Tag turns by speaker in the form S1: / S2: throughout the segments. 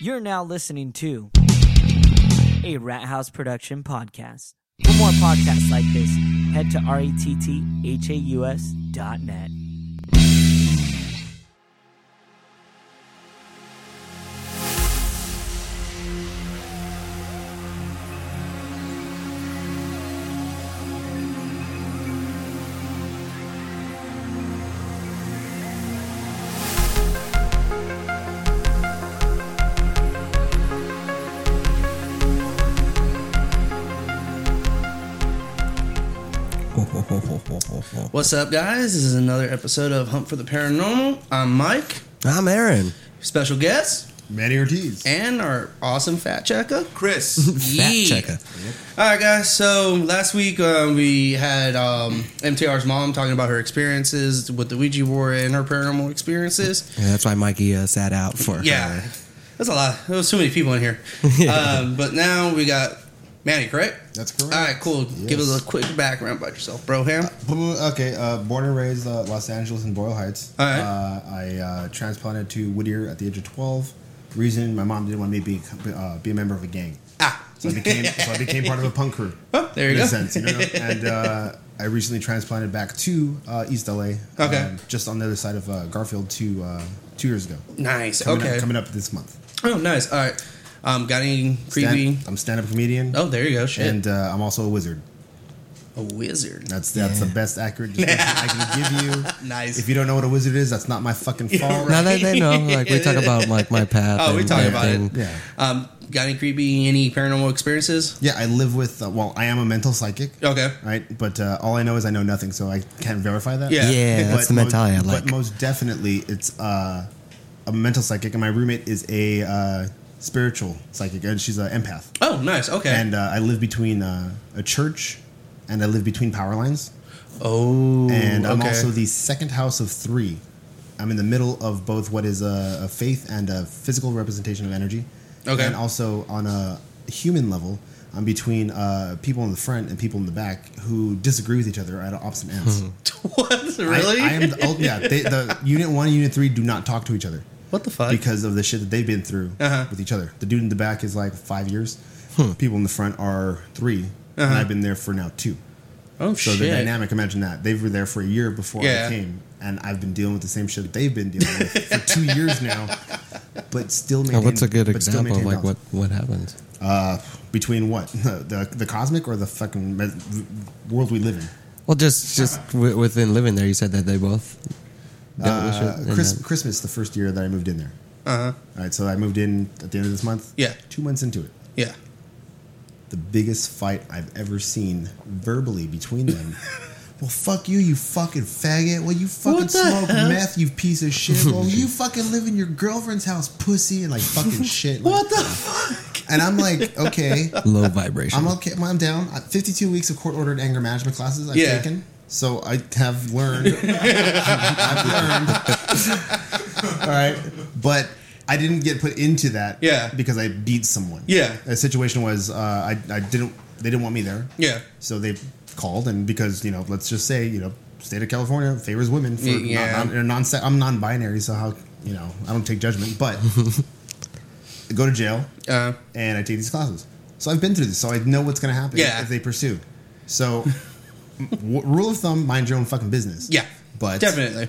S1: You're now listening to a Rat House production podcast. For more podcasts like this, head to E rethaus dot net.
S2: What's up, guys? This is another episode of Hunt for the Paranormal. I'm Mike,
S3: I'm Aaron.
S2: special guest,
S4: Matty Ortiz.
S2: and our awesome fat checker.
S4: Chris.
S3: Fat
S2: Yeah.
S3: checker.
S2: All right, guys. So last week uh, we had um, MTR's mom talking about her experiences with the Ouija board and her paranormal experiences.
S3: Yeah, that's why Mikey uh, sat out for.
S2: Yeah,
S3: her.
S2: that's a lot. There was too many people in here. um, but now we got Manny, correct?
S4: That's correct.
S2: All right, cool. Give
S4: Yes.
S2: us a quick background about yourself, bro. Ham.
S4: Okay, uh, born and raised uh, Los Angeles in Boyle Heights.
S2: All right.
S4: Uh, I uh, transplanted to Whittier at the age of 12. Reason my mom didn't want me to be, uh, be a member of a gang.
S2: Ah,
S4: So I became, so I became part of a punk crew.
S2: Oh, there you
S4: in
S2: go.
S4: A sense, you know? And uh, I recently transplanted back to uh, East LA.
S2: Okay.
S4: um, just on the other side of uh, Garfield two, uh, two years ago.
S2: nice.
S4: Coming
S2: okay.
S4: Up, coming up this month.
S2: Oh, nice. All right. Um, got any creepy?
S4: Stand- I'm a stand up comedian.
S2: Oh, there you go. Shit.
S4: And uh, I'm also a wizard.
S2: a wizard.
S4: That's that's the best accurate description I can give you.
S2: Nice.
S4: If you don't know what a wizard is, that's not my fucking fault.
S3: Now that they know, like we talk about like my path.
S2: Oh, we
S3: and
S2: talk about it.
S3: everything.
S4: Yeah.
S2: Um, got any creepy, any paranormal experiences?
S4: Yeah, I live with. Uh, well, I am a mental psychic.
S2: Okay.
S4: Right, but uh, all I know is I know nothing, so I can't verify that.
S2: Yeah.
S3: Yeah, that's
S4: But
S3: the
S4: mo-
S3: mentality I like.
S4: But most definitely, it's uh, a mental psychic, and my roommate is a uh, spiritual psychic, and she's an empath.
S2: Oh, nice. Okay.
S4: And uh, I live between uh, a church, and I live between power lines,
S2: oh,
S4: and I'm
S2: okay.
S4: also the second house of three. I'm in the middle of both what is a, a faith and a physical representation of energy.
S2: Okay.
S4: And also on a human level, I'm between uh, people in the front and people in the back who disagree with each other at opposite ends.
S2: what
S4: I-
S2: Hmm. really?
S4: I, am the, ult- yeah, they, the unit one and unit three do not talk to each other
S2: what the fuck?
S4: because of the shit that they've been through
S2: Uh-huh. Hmm.
S4: with each other. The dude in the back is like five years. People in the front are 3
S2: Uh-huh.
S4: and I've been there for now two.
S2: oh
S4: So
S2: shit.
S4: the dynamic, imagine that. They were there for a year before
S2: Yeah.
S4: I came, and I've been dealing with the same shit that they've been dealing with for two years now. But still,
S3: Now,
S4: maintain,
S3: Oh, what's a good
S4: but still
S3: example of
S4: maintain
S3: like what
S4: balance.
S3: what happens?
S4: uh, between what the, the the cosmic or the fucking me- world we live in?
S3: Well, just just w- within living there, you said that they both. dealt with shit
S4: Uh,
S3: and
S4: Chris,
S3: then-
S4: Christmas, the first year that I moved in there.
S2: Uh huh.
S4: All right, so I moved in at the end of this month.
S2: Yeah.
S4: two months into it,
S2: Yeah.
S4: the biggest fight I've ever seen verbally between them. Well, fuck you, you fucking faggot. Well, you fucking
S2: What the
S4: smoke
S2: hell?
S4: meth, you piece of shit. Well, you fucking live in your girlfriend's house, pussy, and like fucking shit. Like,
S2: What the fuck?
S4: And I'm like, okay,
S3: low vibration.
S4: I'm okay. I'm down. Uh, 52 weeks of court ordered anger management classes I've
S2: Yeah.
S4: taken. So I have learned. I've learned. All right. But I didn't get put into that
S2: Yeah.
S4: because I beat someone.
S2: Yeah.
S4: The situation was uh, I, I didn't, they didn't want me there.
S2: Yeah.
S4: So they called, and because you know, let's just say you know, state of California favors women for
S2: Mm, Yeah.
S4: non, non, non- I'm non-binary, so how you know, I don't take judgment, but I go to jail
S2: Uh,
S4: and I take these classes. So I've been through this, so I know what's going to happen
S2: Yeah.
S4: if they pursue. So, w- rule of thumb: mind your own fucking business.
S2: yeah.
S4: but
S2: definitely.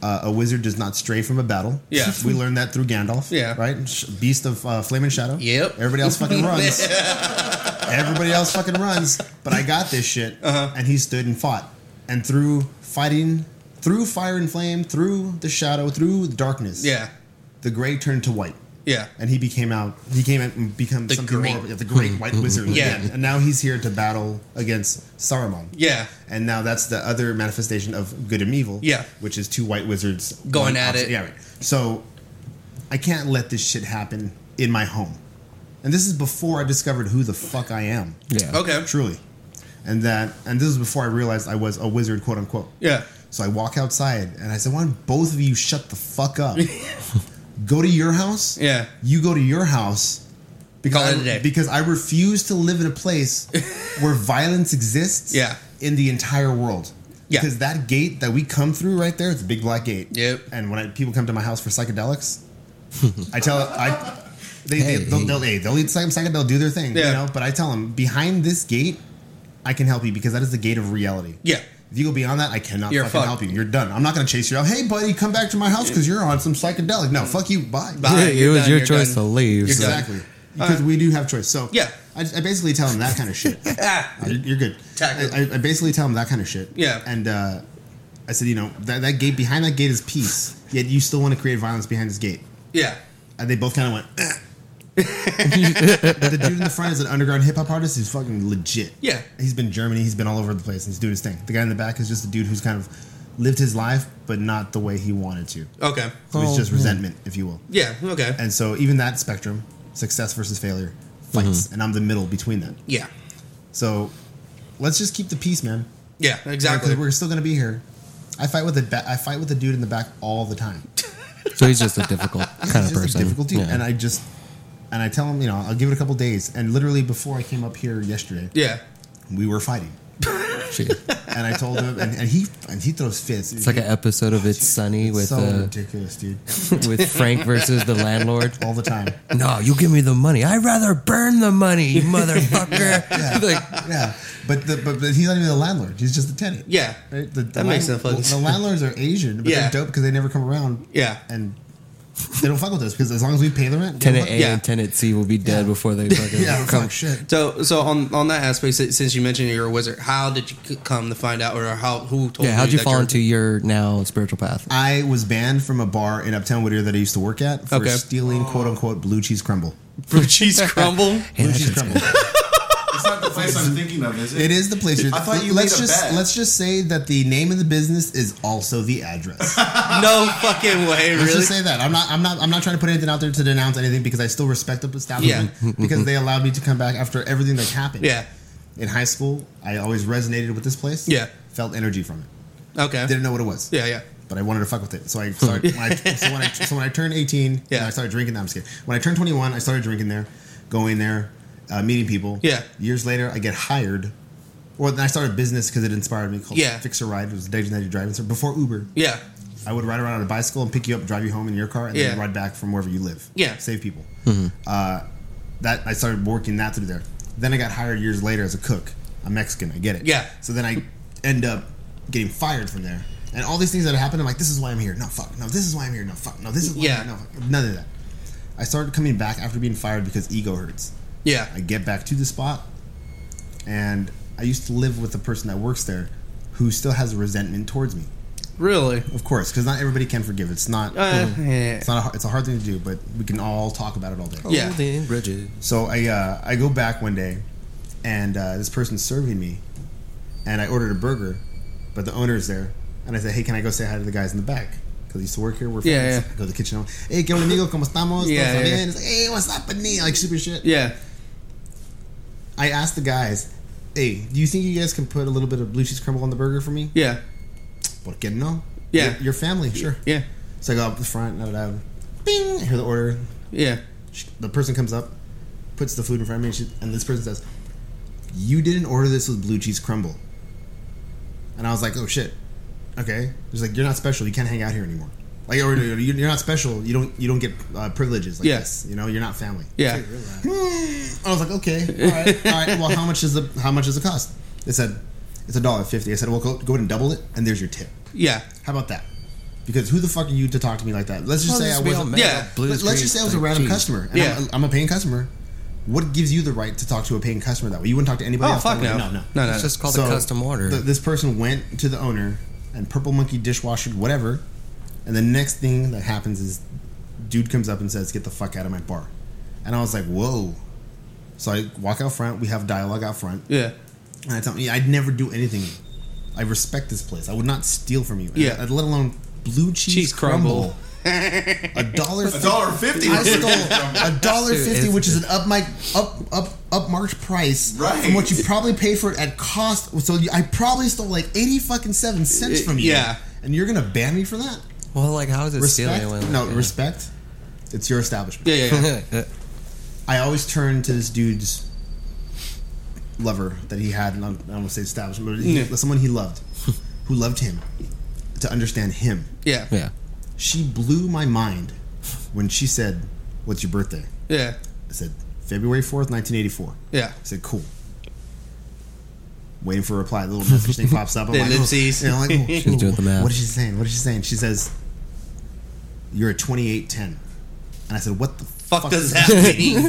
S4: uh, a wizard does not stray from a battle.
S2: Yeah.
S4: we learned that through Gandalf.
S2: Yeah.
S4: right. Sh- Beast of uh, Flame and Shadow.
S2: Yep.
S4: Everybody else fucking runs. Everybody else fucking runs. But I got this shit,
S2: Uh-huh.
S4: and he stood and fought, and through fighting, through fire and flame, through the shadow, through the darkness.
S2: Yeah.
S4: the gray turned to white.
S2: Yeah.
S4: And he became out. He came out and become
S2: The
S4: something
S2: great-
S4: more yeah, the great white wizard.
S2: Yeah.
S4: again. and now he's here to battle against Saruman.
S2: Yeah.
S4: And now that's the other manifestation of good and evil.
S2: Yeah.
S4: Which is two white wizards
S2: Going at
S4: opposite-
S2: it.
S4: Yeah. Right. So I can't let this shit happen in my home. And this is before I discovered who the fuck I am.
S3: yeah.
S2: Okay.
S4: Truly. And that and this is before I realized I was a wizard, quote unquote.
S2: Yeah.
S4: So I walk outside and I said, Why don't both of you shut the fuck up? go to your house.
S2: Yeah.
S4: You go to your house. Because
S2: Call it
S4: I,
S2: a day.
S4: because I refuse to live in a place where violence exists
S2: Yeah.
S4: in the entire world.
S2: Yeah.
S4: Because that gate that we come through right there, it's a big black gate.
S2: Yep.
S4: And when I, people come to my house for psychedelics, I tell I They,
S3: Hey.
S4: they, they'll, they'll, hey, they'll eat second second. They'll do their thing.
S2: Yeah.
S4: You know. But I tell them behind this gate, I can help you because that is the gate of reality.
S2: Yeah.
S4: If you go beyond that, I cannot
S2: You're
S4: fucking
S2: fucked.
S4: help you. You're done. I'm not gonna chase you out. Hey, buddy, come back to my house because you're on some psychedelic. No, fuck you. Bye.
S2: Mm-hmm. Bye.
S3: Yeah, it
S2: you're
S3: was
S2: done,
S3: your
S2: you're
S3: choice
S2: done.
S3: to leave.
S2: You're
S3: so-
S2: done.
S4: Exactly. Because we do have choice. So
S2: Uh, Yeah.
S4: I, I basically tell them that kind of shit.
S2: Ah.
S4: Uh, you're you're good.
S2: Tackle.
S4: I, I basically tell them that kind of shit.
S2: Yeah.
S4: And uh, I said, you know, that, that gate behind that gate is peace. Yet you still want to create violence behind this gate.
S2: Yeah.
S4: And they both kind of went. "Eh." but the dude in the front is an underground hip hop artist. He's fucking legit.
S2: Yeah.
S4: He's been in Germany. He's been all over the place. He's doing his thing. The guy in the back is just a dude who's kind of lived his life, but not the way he wanted to.
S2: Okay.
S4: So it's
S3: Oh,
S4: just
S3: man.
S4: resentment, if you will.
S2: Yeah. Okay.
S4: And so even that spectrum, success versus failure,
S3: Mm-hmm.
S4: fights, and I'm the middle between them.
S2: Yeah.
S4: So let's just keep the peace, man.
S2: Yeah. Exactly.
S4: Because we're still gonna be here. I fight with the ba- I fight with the dude in the back all the time.
S3: So he's just a difficult kind
S4: He's
S3: of
S4: just
S3: person.
S4: a difficult dude,
S3: Yeah.
S4: and I just and I tell him, you know, I'll give it a couple days. And literally before I came up here yesterday,
S2: Yeah.
S4: we were fighting,
S3: Shit.
S4: and I told him, and, and he and he throws fists.
S3: It's like an episode of It's Sunny with
S4: so
S3: uh,
S4: ridiculous, dude,
S3: with Frank versus the landlord.
S4: all the time.
S3: No, you give me the money. I'd rather burn the money, you motherfucker. Like,
S4: Yeah, but the but, but he's not even the landlord; he's just the tenant.
S2: Yeah.
S4: Right? The,
S2: That makes no fucking
S4: The
S2: sense.
S4: landlords are Asian, but
S2: Yeah.
S4: they're dope because they never come around.
S2: Yeah.
S4: And they don't fuck with us because as long as we pay the rent, they don't
S3: tenant A
S2: Yeah.
S3: and tenant C will be dead
S4: Yeah.
S3: before they fucking
S4: fuck- yeah,
S3: come.
S4: fuck shit.
S2: So, so on on that aspect, si- since you mentioned you're a wizard, how did you c- come to find out, or how who told?
S3: Yeah, how'd you
S2: that
S3: fall
S2: you're-
S3: into your now spiritual path?
S4: I was banned from a bar in Uptown Whittier that I used to work at for
S2: Okay.
S4: stealing
S5: Oh.
S4: "quote unquote" blue cheese crumble.
S2: blue cheese crumble?
S3: Yeah,
S4: Blue
S3: that
S4: cheese
S3: shit's
S4: crumble.
S5: It's not the place I'm thinking of, is it?
S4: It is the place. You're,
S5: I thought you
S4: let's
S5: made a
S4: just
S5: bet.
S4: let's just say that the name of the business is also the address. Let's
S2: no fucking way, really?
S4: just say that. I'm not. I'm not. I'm not trying to put anything out there to denounce anything because I still respect the establishment because they allowed me to come back after everything that's happened.
S2: Yeah.
S4: In high school, I always resonated with this place.
S2: Yeah.
S4: Felt energy from it.
S2: Okay.
S4: Didn't know what it was.
S2: Yeah, yeah.
S4: but I wanted to fuck with it. So I started. when I, so, when I, so when I turned 18,
S2: Yeah.
S4: I started drinking. No, I'm just kidding. When I turned 21, I started drinking there, going there, uh, meeting people.
S2: Yeah.
S4: Years later, I get hired. Well, then I started a business because it inspired me called
S2: Yeah.
S4: Fixer Ride. It was a designated driving service before Uber.
S2: Yeah.
S4: I would ride around on a bicycle and pick you up, drive you home in your car, and
S2: Yeah.
S4: then ride back from wherever you live.
S2: Yeah.
S4: Save people. Uh, that I started working that through there. Then I got hired years later as a cook. I'm Mexican. I get it.
S2: Yeah.
S4: So then I end up getting fired from there. And all these things that happened, I'm like, this is why I'm here. No, fuck. No, this is why I'm here. No, fuck. No, this is why
S2: Yeah.
S4: I'm here. No, fuck. None of that. I started coming back after being fired because ego hurts.
S2: Yeah.
S4: I get back to the spot, and I used to live with the person that works there who still has resentment towards me.
S2: Really?
S4: Of course, because not everybody can forgive. It's not.
S2: Uh, yeah.
S4: It's not. A, hard- it's a hard thing to do, but we can all talk about it all day.
S2: Yeah.
S3: Holding grudges.
S4: So I uh, I go back one day, and uh, this person's serving me, and I ordered a burger, but the owner's there, and I said, "Hey, can I go say hi to the guys in the back?" Because I used to work here. We're friends.
S2: Yeah, yeah.
S4: I go to the kitchen. Hey, qué buen amigo, cómo estamos?
S2: Yeah,
S4: "Todo
S2: yeah.
S4: bien?" It's like, hey, what's up, buddy? Like super shit.
S2: Yeah.
S4: I asked the guys, "Hey, do you think you guys can put a little bit of blue cheese crumble on the burger for me?"
S2: Yeah.
S4: ¿Por qué no?
S2: Yeah.
S4: Your, your family, sure.
S2: Yeah.
S4: So I go up the front, da da da. Bing! I hear the order.
S2: Yeah.
S4: She, the person comes up, puts the food in front of me, and, she, and this person says, "You didn't order this with blue cheese crumble." And I was like, "Oh shit, okay." She's like, "You're not special. You can't hang out here anymore. Like, or, or, you- you're not special. You don't you don't get uh, privileges like
S2: Yeah.
S4: this. You know, you're not family." Mm.
S2: Yeah.
S4: I was like, "Okay, all right, all right. Well, how much is the how much is the cost?" They said, "It's a dollar fifty. I said, "Well, go, go ahead and double it, and there's your tip."
S2: Yeah. Oh,
S4: How about that? Because who the fuck are you to talk to me like that? Let's just say I was.
S2: mad. Yeah.
S4: Let, us just say I was a random customer. And
S2: Yeah.
S4: I'm, I'm a paying customer. What gives you the right to talk to a paying customer that way? You wouldn't talk to anybody
S2: Oh
S4: else.
S2: fuck
S4: that
S2: no.
S4: way?
S2: No no.
S4: no.
S2: No no.
S3: It's just called
S4: So,
S3: a custom order.
S4: th- this person went to the owner and Purple Monkey dishwasher, whatever. And the next thing that happens is, dude comes up and says, "Get the fuck out of my bar," and I was like, "Whoa." So I walk out front. We have dialogue out front.
S2: Yeah.
S4: And I tell me, I'd never do anything. I respect this place. I would not steal from you.
S2: Yeah.
S4: I'd let alone blue cheese,
S2: Cheese crumble.
S4: crumble. a dollar.
S5: A dollar fifty.
S4: I stole a dollar
S3: Dude,
S4: fifty,
S3: it's-
S4: which is an up my up up upmarked price
S5: Right.
S4: from what you probably paid for it at cost. So you, I probably stole like eighty fucking seven cents from you.
S2: Yeah.
S4: and you're gonna ban me for that?
S3: well, like, how is it
S4: Respect?
S3: stealing? when,
S4: no,
S3: like,
S4: respect. It's your establishment.
S2: Yeah. Yeah. yeah.
S3: yeah.
S4: I always turn to this dude's lover that he had, and I don't want to say establishment, but he,
S2: Yeah.
S4: someone he loved, who loved him, to understand him.
S2: Yeah.
S3: yeah.
S4: She blew my mind when she said, What's your birthday?
S2: Yeah.
S4: I said, February 4th, 1984.
S2: Yeah.
S4: I said, cool. Waiting for a reply. The little message thing pops up. I'm
S2: The
S4: like,
S2: ellipses.
S4: Oh. And I'm like, oh,
S3: She's doing the math.
S4: What is she saying? What is she saying? She says, you're a 2810. And I said, what the
S2: Fuck, does that mean?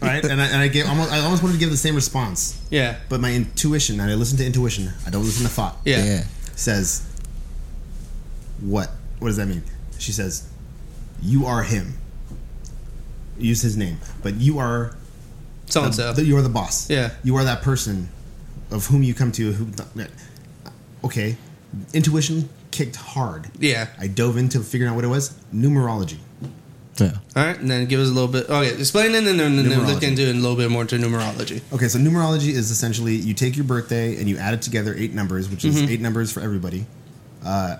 S4: Right? And I, and I, gave, almost, I almost wanted to give the same response.
S2: yeah.
S4: But my intuition, and I listen to intuition, I don't listen to thought,
S2: Yeah.
S3: yeah.
S4: says, what? What does that mean? She says, you are him. Use his name. But you are
S2: So and so.
S4: that you are the boss.
S2: Yeah.
S4: You are that person of whom you come to who Okay. Intuition kicked hard.
S2: Yeah.
S4: I dove into figuring out what it was. Numerology.
S3: Yeah.
S2: All right, and then give us a little bit. Okay, explain it, and then, and then
S4: Numerology.
S2: look into it a little bit more to numerology.
S4: Okay, so numerology is essentially you take your birthday and you add it together eight numbers, which is
S2: Mm-hmm.
S4: eight numbers for everybody. Uh,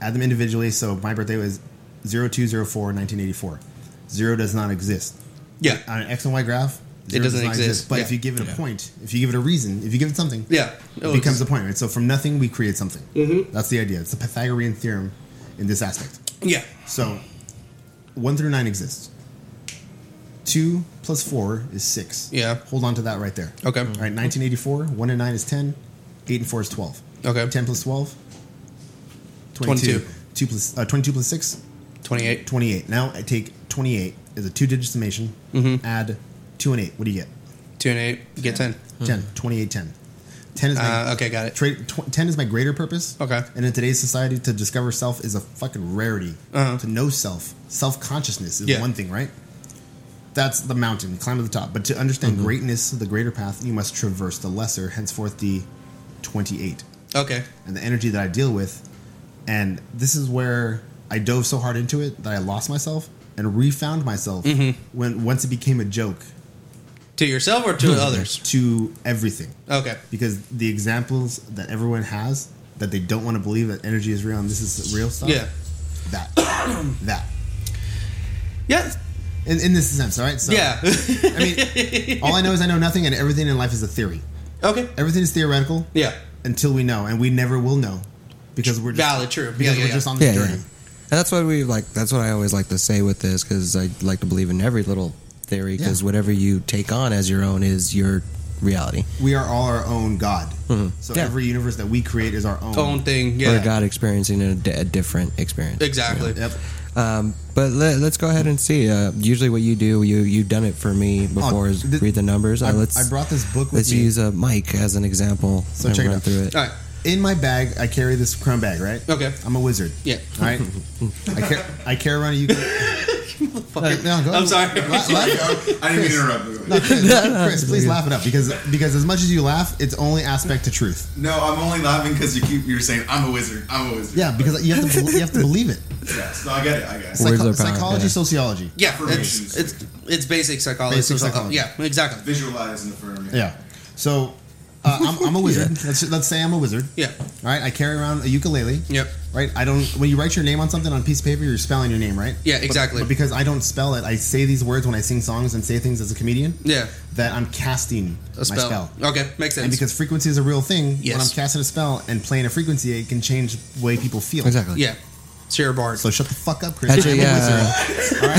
S4: add them individually. So my birthday was 0204 1984. Zero does not exist.
S2: Yeah,
S4: On an X and Y graph, zero
S2: doesn't
S4: not
S2: exist,
S4: But
S2: yeah.
S4: if you give it a
S3: Yeah.
S4: point, if you give it a reason, if you give it something,
S2: yeah.
S4: it becomes a point, right? So from nothing, we create something. Mm-hmm. That's the idea. It's the Pythagorean theorem in this aspect.
S2: yeah,
S4: So one through nine exists. Two plus four is six.
S2: Yeah.
S4: Hold on to that right there.
S2: Okay.
S4: All right, 1984, one and nine is 10, eight and four is 12.
S2: Okay.
S4: 10 plus 12, 22.
S2: 22.
S4: Two plus, uh, 22 plus six,
S2: twenty-eight.
S4: 28. Now I take 28 as a two digit summation,
S2: Mm-hmm.
S4: add two and eight. What do you get?
S2: Two and eight, you get ten.
S4: 10, 28, 10. 10 is my
S2: Hmm. Uh, okay, got it.
S4: Tra- tw- 10 is my greater purpose.
S2: Okay.
S4: And in today's society, to discover self is a fucking rarity.
S2: Uh-huh.
S4: To know self, self consciousness is
S2: Yeah.
S4: one thing, right? That's the mountain, climb to the top. But to understand
S2: Mm-hmm.
S4: greatness, the greater path, you must traverse the lesser, henceforth the 28
S2: Okay,
S4: and the energy that I deal with. And this is where I dove so hard into it that I lost myself and refound myself
S2: Mm-hmm.
S4: when once it became a joke
S2: to yourself or to others.
S4: to everything
S2: Okay,
S4: because the examples that everyone has that they don't want to believe that energy is real and this is real stuff.
S2: Yeah.
S4: That. that.
S2: yeah,
S4: In, in this sense, all right? So,
S2: yeah.
S4: I mean, all I know is I know nothing and everything in life is a theory.
S2: okay,
S4: Everything is theoretical
S2: yeah,
S4: until we know, and we never will know because we're just,
S2: valid, true. Yeah,
S4: because
S2: yeah,
S4: we're
S2: yeah.
S4: just on the
S3: Yeah, yeah.
S4: journey.
S3: And that's why we like. That's what I always like to say with this because I like to believe in every little theory because
S4: Yeah.
S3: whatever you take on as your own is your reality
S4: We are all our own God. So
S3: Mm-hmm. Yeah.
S4: every universe that we create is our own.
S2: own thing.
S3: or
S2: Yeah,
S3: God experiencing a, di- a different experience.
S2: exactly.
S4: Yep.
S3: Um, but let, us go ahead and see. Uh, usually, what you do, you you've done it for me before, is
S4: th-
S3: read the numbers. Uh,
S4: I,
S3: let's
S4: I brought this book with
S3: let's
S4: me.
S3: use a mic as an example
S4: So
S3: and
S4: check it
S3: run
S4: out.
S3: through it.
S2: All right,
S4: in my bag, I carry this crumb bag, right?
S2: Okay.
S4: I'm a wizard.
S2: Yeah.
S4: All right. I, car- I carry around a eucalyptus. no, go
S2: I'm sorry.
S4: La- la-
S5: I didn't mean to interrupt. Wait, wait. No.
S4: Chris, Chris, please laugh it up because because as much as you laugh, it's only aspect to truth.
S5: I'm only laughing because you keep you're saying I'm a wizard. I'm a wizard.
S4: Yeah, because you have to bel- you have to believe it.
S5: Yes. No, I get it. I get it.
S3: Word- Words are power,
S4: psychology,
S3: yeah.
S4: sociology.
S2: yeah, it's
S5: Affirmations.
S2: it's it's basic psychology.
S4: Basic
S2: social-
S4: psychology.
S2: Yeah, exactly.
S5: Visualize and affirm.
S4: Yeah. So uh, I'm, I'm a wizard. Let's let's say I'm a wizard.
S2: Yeah.
S4: All right. I carry around a ukulele.
S2: Yep.
S4: Right. I don't. When you write your name on something on a piece of paper, you're spelling your name, right?
S2: Yeah,
S4: But-
S2: exactly.
S4: But, because I don't spell it, I say these words when I sing songs and say things as a comedian.
S2: Yeah.
S4: That I'm casting
S2: A spell.
S4: my spell.
S2: Okay, makes sense.
S4: And because frequency is a real thing,
S2: Yes.
S4: when I'm casting a spell and playing a frequency, it can change the way people feel.
S3: Exactly.
S2: yeah, it's your bard.
S4: So shut the fuck up, Chris.
S3: Actually,
S4: I'm a
S3: yeah,
S4: wizard. All right?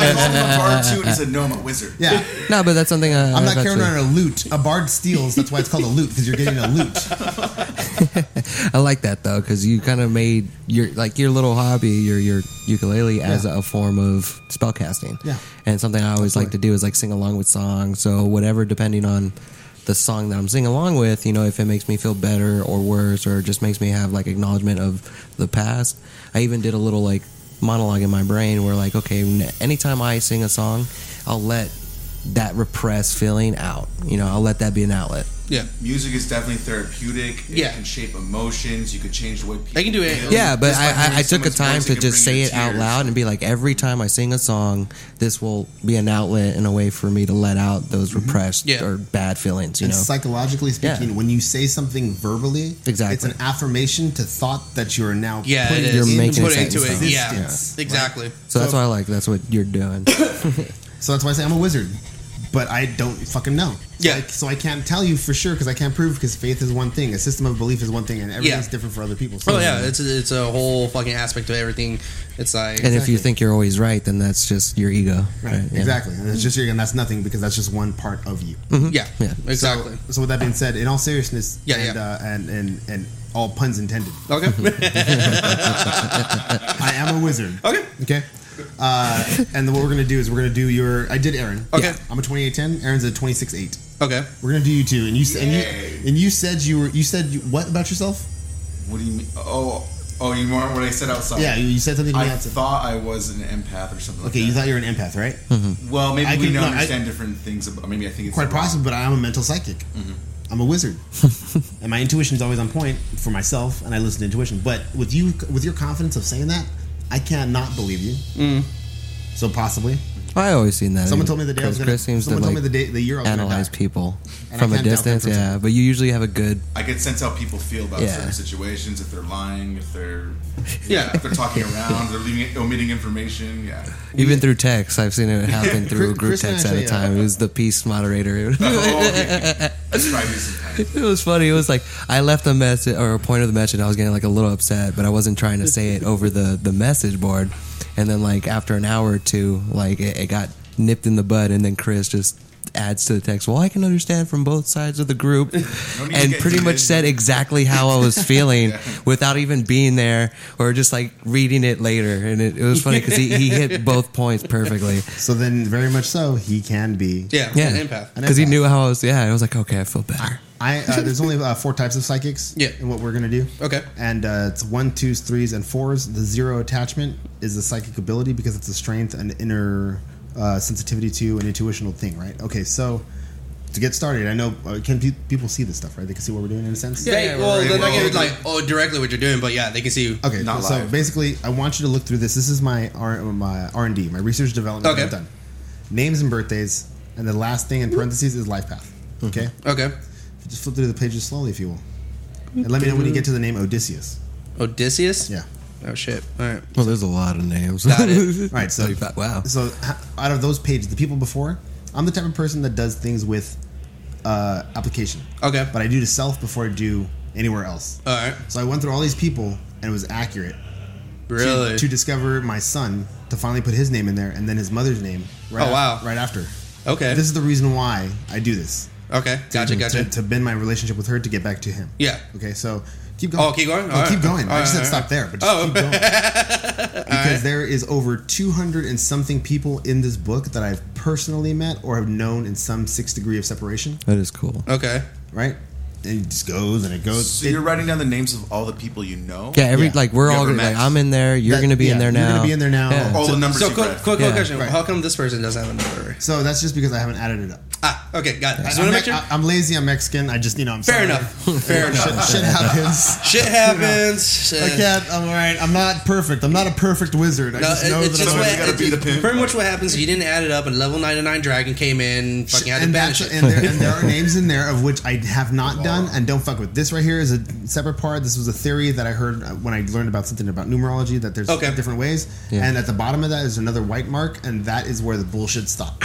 S5: I called him a bard too, and he said, "No, I'm a wizard."
S4: Yeah.
S3: no, but that's something uh, I,
S4: I'm
S3: I
S4: not
S3: got
S4: carrying
S3: to-
S4: around a lute. A bard steals. That's why it's called a lute because you're getting a lute.
S3: I like that though because you kind of made your like your little hobby, your your ukulele as
S4: Yeah.
S3: a form of spellcasting.
S4: Yeah.
S3: and something I always like to do is like sing along with songs. So whatever, depending on the song that I'm singing along with, you know, if it makes me feel better or worse, or just makes me have like acknowledgement of the past. I even did a little like monologue in my brain where like, okay, n- anytime I sing a song, I'll let that repressed feeling out. You know, I'll let that be an outlet.
S2: yeah,
S5: Music is definitely therapeutic. It
S2: Yeah.
S5: can shape emotions. You could change the way people.
S2: They can do it.
S5: feel.
S3: Yeah, but
S5: Just by
S3: I, I, I
S5: hearing
S3: took a
S5: someone's
S3: time
S5: voice,
S3: to
S5: can
S3: just
S5: bring
S3: say
S5: you
S3: it out
S5: tears.
S3: loud and be like, every time I sing a song, this will be an outlet and a way for me to let out those
S4: Mm-hmm.
S3: repressed
S2: Yeah.
S3: or bad feelings. You
S4: And
S3: know,
S4: psychologically speaking,
S3: Yeah.
S4: when you say something verbally,
S3: Exactly.
S4: it's an affirmation to thought that you are now
S2: Yeah,
S4: putting
S2: it is.
S3: You're
S4: into
S3: making
S2: Put it into it.
S3: sense.
S2: Yeah,
S4: existence.
S2: exactly.
S3: so that's why I like that's what you're doing.
S4: So that's why I say I'm a wizard. but I don't fucking know.
S2: Yeah.
S4: Like, so I can't tell you for sure because I can't prove because faith is one thing, a system of belief is one thing, and everything's different for other people. So
S2: Oh
S3: Mm-hmm.
S2: yeah, it's a, it's a whole fucking aspect of everything. It's like
S3: And if you
S4: Exactly.
S3: think you're always right, then that's just your ego.
S4: right,
S3: Yeah.
S4: exactly. And it's just and that's nothing because that's just one part of you.
S2: yeah,
S3: Yeah.
S2: exactly.
S4: So, so with that being said, in all seriousness,
S2: Yeah,
S4: and,
S2: yeah.
S4: Uh, and and and all puns intended,
S3: Mm-hmm.
S2: Okay,
S4: I am a wizard.
S2: okay.
S4: Okay. Uh, and then what we're gonna do is we're gonna do your. I did Aaron.
S2: Okay.
S4: I'm a 2810. Aaron's a 26.8.
S2: Okay.
S4: We're gonna do you two, and you s and
S5: Yay.
S4: you and you said you were you said you, what about yourself?
S5: What do you mean? Oh, oh, you remember what I said outside?
S4: Yeah, you, you said something. to me
S5: I
S4: outside.
S5: thought I was an empath or something.
S4: Okay,
S5: like
S4: you
S5: that.
S4: thought you were an empath, right?
S5: Well, maybe
S4: I
S5: we
S4: could-
S5: don't
S4: no, I-
S5: understand different things. About, maybe I think it's
S4: Quite
S5: the wrong-
S4: possible, but I'm a mental psychic.
S3: Mm-hmm.
S4: I'm a wizard, and my intuition's always on point for myself, and I listen to intuition. But with you, with your confidence of saying that, I cannot believe you. So possibly,
S3: Mm. I always seen that.
S4: someone told me the day I was
S3: Chris,
S4: gonna.
S3: Chris seems to
S4: someone told
S3: like
S4: me the day, the year I was
S3: analyze
S4: gonna die.
S3: people
S4: And I
S3: from a
S4: can't doubt them
S3: distance.
S4: for a
S3: Yeah,
S4: second.
S3: but you usually have a good.
S5: I could sense how people feel about
S3: Yeah.
S5: certain situations if they're lying, if they're yeah, if they're talking around, they're leaving, omitting information. Yeah,
S3: Even through text, I've seen it happen through a group
S4: Chris and
S3: text at
S4: Ashley,
S3: a time. It was the peace moderator.
S5: oh, okay. That's probably sometimes.
S3: It was funny. It was like I left a message or a point of the message. and I was getting like a little upset, but I wasn't trying to say it over the the message board. And then like after an hour or two, like it, it got nipped in the bud. And then Chris just adds to the text. Well, I can understand from both sides of the group,
S5: to
S3: and
S5: get
S3: pretty much
S5: heated.
S3: said exactly how I was feeling without even being there or just like reading it later. And it, it was funny because he, he hit both points perfectly.
S4: So then, very much so, he can be.
S2: Yeah,
S3: Yeah,
S2: an empath.
S3: because he knew how I was. Yeah, I was like, okay, I feel better.
S4: I uh, there's only uh, four types of psychics.
S2: Yeah.
S4: In what we're gonna do.
S2: Okay.
S4: And uh, it's one, twos, threes, and fours. The zero attachment is a psychic ability because it's a strength and inner uh, sensitivity to an intuitional thing, right? Okay, so to get started, I know uh, can pe- people see this stuff, right? They can see what we're doing in a sense.
S2: They,
S3: yeah,
S2: well,
S5: right.
S2: they're not
S5: Well,
S2: gonna be like oh directly what you're doing, but yeah, they can see you.
S4: Okay,
S5: Not
S4: so
S5: live.
S4: basically, I want you to look through this. This is my R my R and D, my research development that
S2: Okay. Mm-hmm.
S4: I've done. Names and birthdays, and the last thing in parentheses is life path. Okay,
S2: Okay,
S4: just flip through the pages slowly if you will, and let me know when you get to the name Odysseus.
S2: Odysseus.
S4: Yeah.
S2: Oh shit. All right.
S3: Well, there's a lot of names.
S2: Got it.
S4: All right, so
S3: Thirty five- wow.
S4: So h- out of those pages, the people before, I'm the type of person that does things with uh, application,
S2: Okay.
S4: but I do to self before I do anywhere else.
S2: All right.
S4: So I went through all these people, and it was accurate to-
S2: Really.
S4: to, discover my son to finally put his name in there, and then his mother's name. Right
S2: Oh,
S4: af-
S2: wow.
S4: Right after.
S2: okay.
S4: This is the reason why I do this.
S2: okay. Gotcha. Gotcha.
S4: To, to bend my relationship with her to get back to him.
S2: Yeah.
S4: Okay, so keep going.
S2: Oh, keep going?
S4: No,
S2: All right.
S4: keep going.
S2: All
S4: I just
S2: right,
S4: said
S2: all right.
S4: stop there, but just
S2: Oh.
S4: keep going. because there is over 200 and something people in this book that I've personally met or have known in some sixth degree of separation,
S3: That is cool.
S2: Okay.
S4: right? And it just goes and it goes.
S5: So
S4: It-
S5: you're writing down the names of all the people you know.
S3: Yeah, every
S4: Yeah.
S3: like we're
S5: You
S3: all
S5: ever
S3: gonna, like
S5: met-
S3: I'm in there. You're
S4: That-
S3: gonna be in
S4: yeah,
S3: there now.
S4: you're gonna be in there now.
S3: Yeah.
S5: All the numbers.
S2: So
S5: you've
S2: quick,
S5: read.
S2: quick, quick
S3: Yeah.
S2: question.
S4: Right.
S2: How come this person doesn't have a number?
S4: so that's just because I haven't added it up.
S2: Ah. Okay. Got it. Just want
S4: I'm,
S2: to
S4: me-
S2: make sure.
S4: I- I'm lazy. I'm Mexican. I just you know I'm
S2: Fair
S4: sorry.
S2: enough. Fair enough.
S4: Shit happens.
S2: Shit happens.
S4: I
S2: Uh,
S4: can't. I'm all right. I'm not perfect. I'm not a perfect wizard. I
S2: No,
S4: just
S2: it-
S4: know
S2: it's
S4: that
S2: just
S4: I'm
S2: what,
S5: always gotta
S2: it's
S5: be the
S2: just
S5: pimp.
S2: pretty much what happens. is You didn't add it up, and level ninety nine dragon came in. Fucking had to
S4: and,
S2: banish
S4: that's,
S2: it.
S4: and, there, and there are names in there of which I have not done and don't fuck with. This right here is a separate part. This was a theory that I heard when I learned about something about numerology that there's
S2: Okay.
S4: different ways.
S3: Yeah.
S4: And at the bottom of that is another white mark, and that is where the bullshit stopped.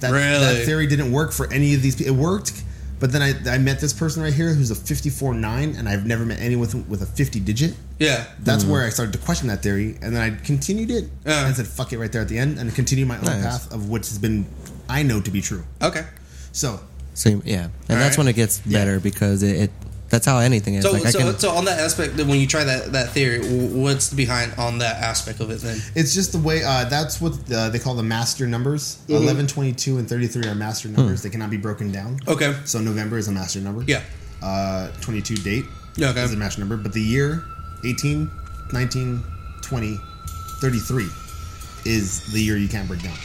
S4: That,
S2: Really?
S4: that theory didn't work for any of these people. It worked, but then I, I met this person right here who's a 54-9, and I've never met anyone with, with a 50 digit.
S2: Yeah.
S4: That's where I started to question that theory, and then I continued it
S2: Mm. Yeah.
S4: and said, "Fuck it!" Right there at the end, and continued my own
S3: Nice.
S4: path of what has been I know to be true.
S2: Okay.
S4: So
S3: So, yeah, and that's
S2: right.
S3: when it gets better because it, it. That's how anything is.
S2: So,
S3: like I
S2: so,
S3: can.
S2: so on that aspect, then when you try that that theory, wh- what's behind on that aspect of it? Then
S4: It's just the way uh, that's what uh, they call the master numbers.
S2: Mm-hmm.
S4: Eleven, twenty-two, 11, 22, and 33 are master numbers. They cannot be broken down.
S2: Hmm. okay,
S4: So November is a master number.
S2: Yeah.
S4: Uh, 22 date
S2: Yeah, okay.
S4: is a master number. But the year 18, 19, 20, 33 is the year you can't break down.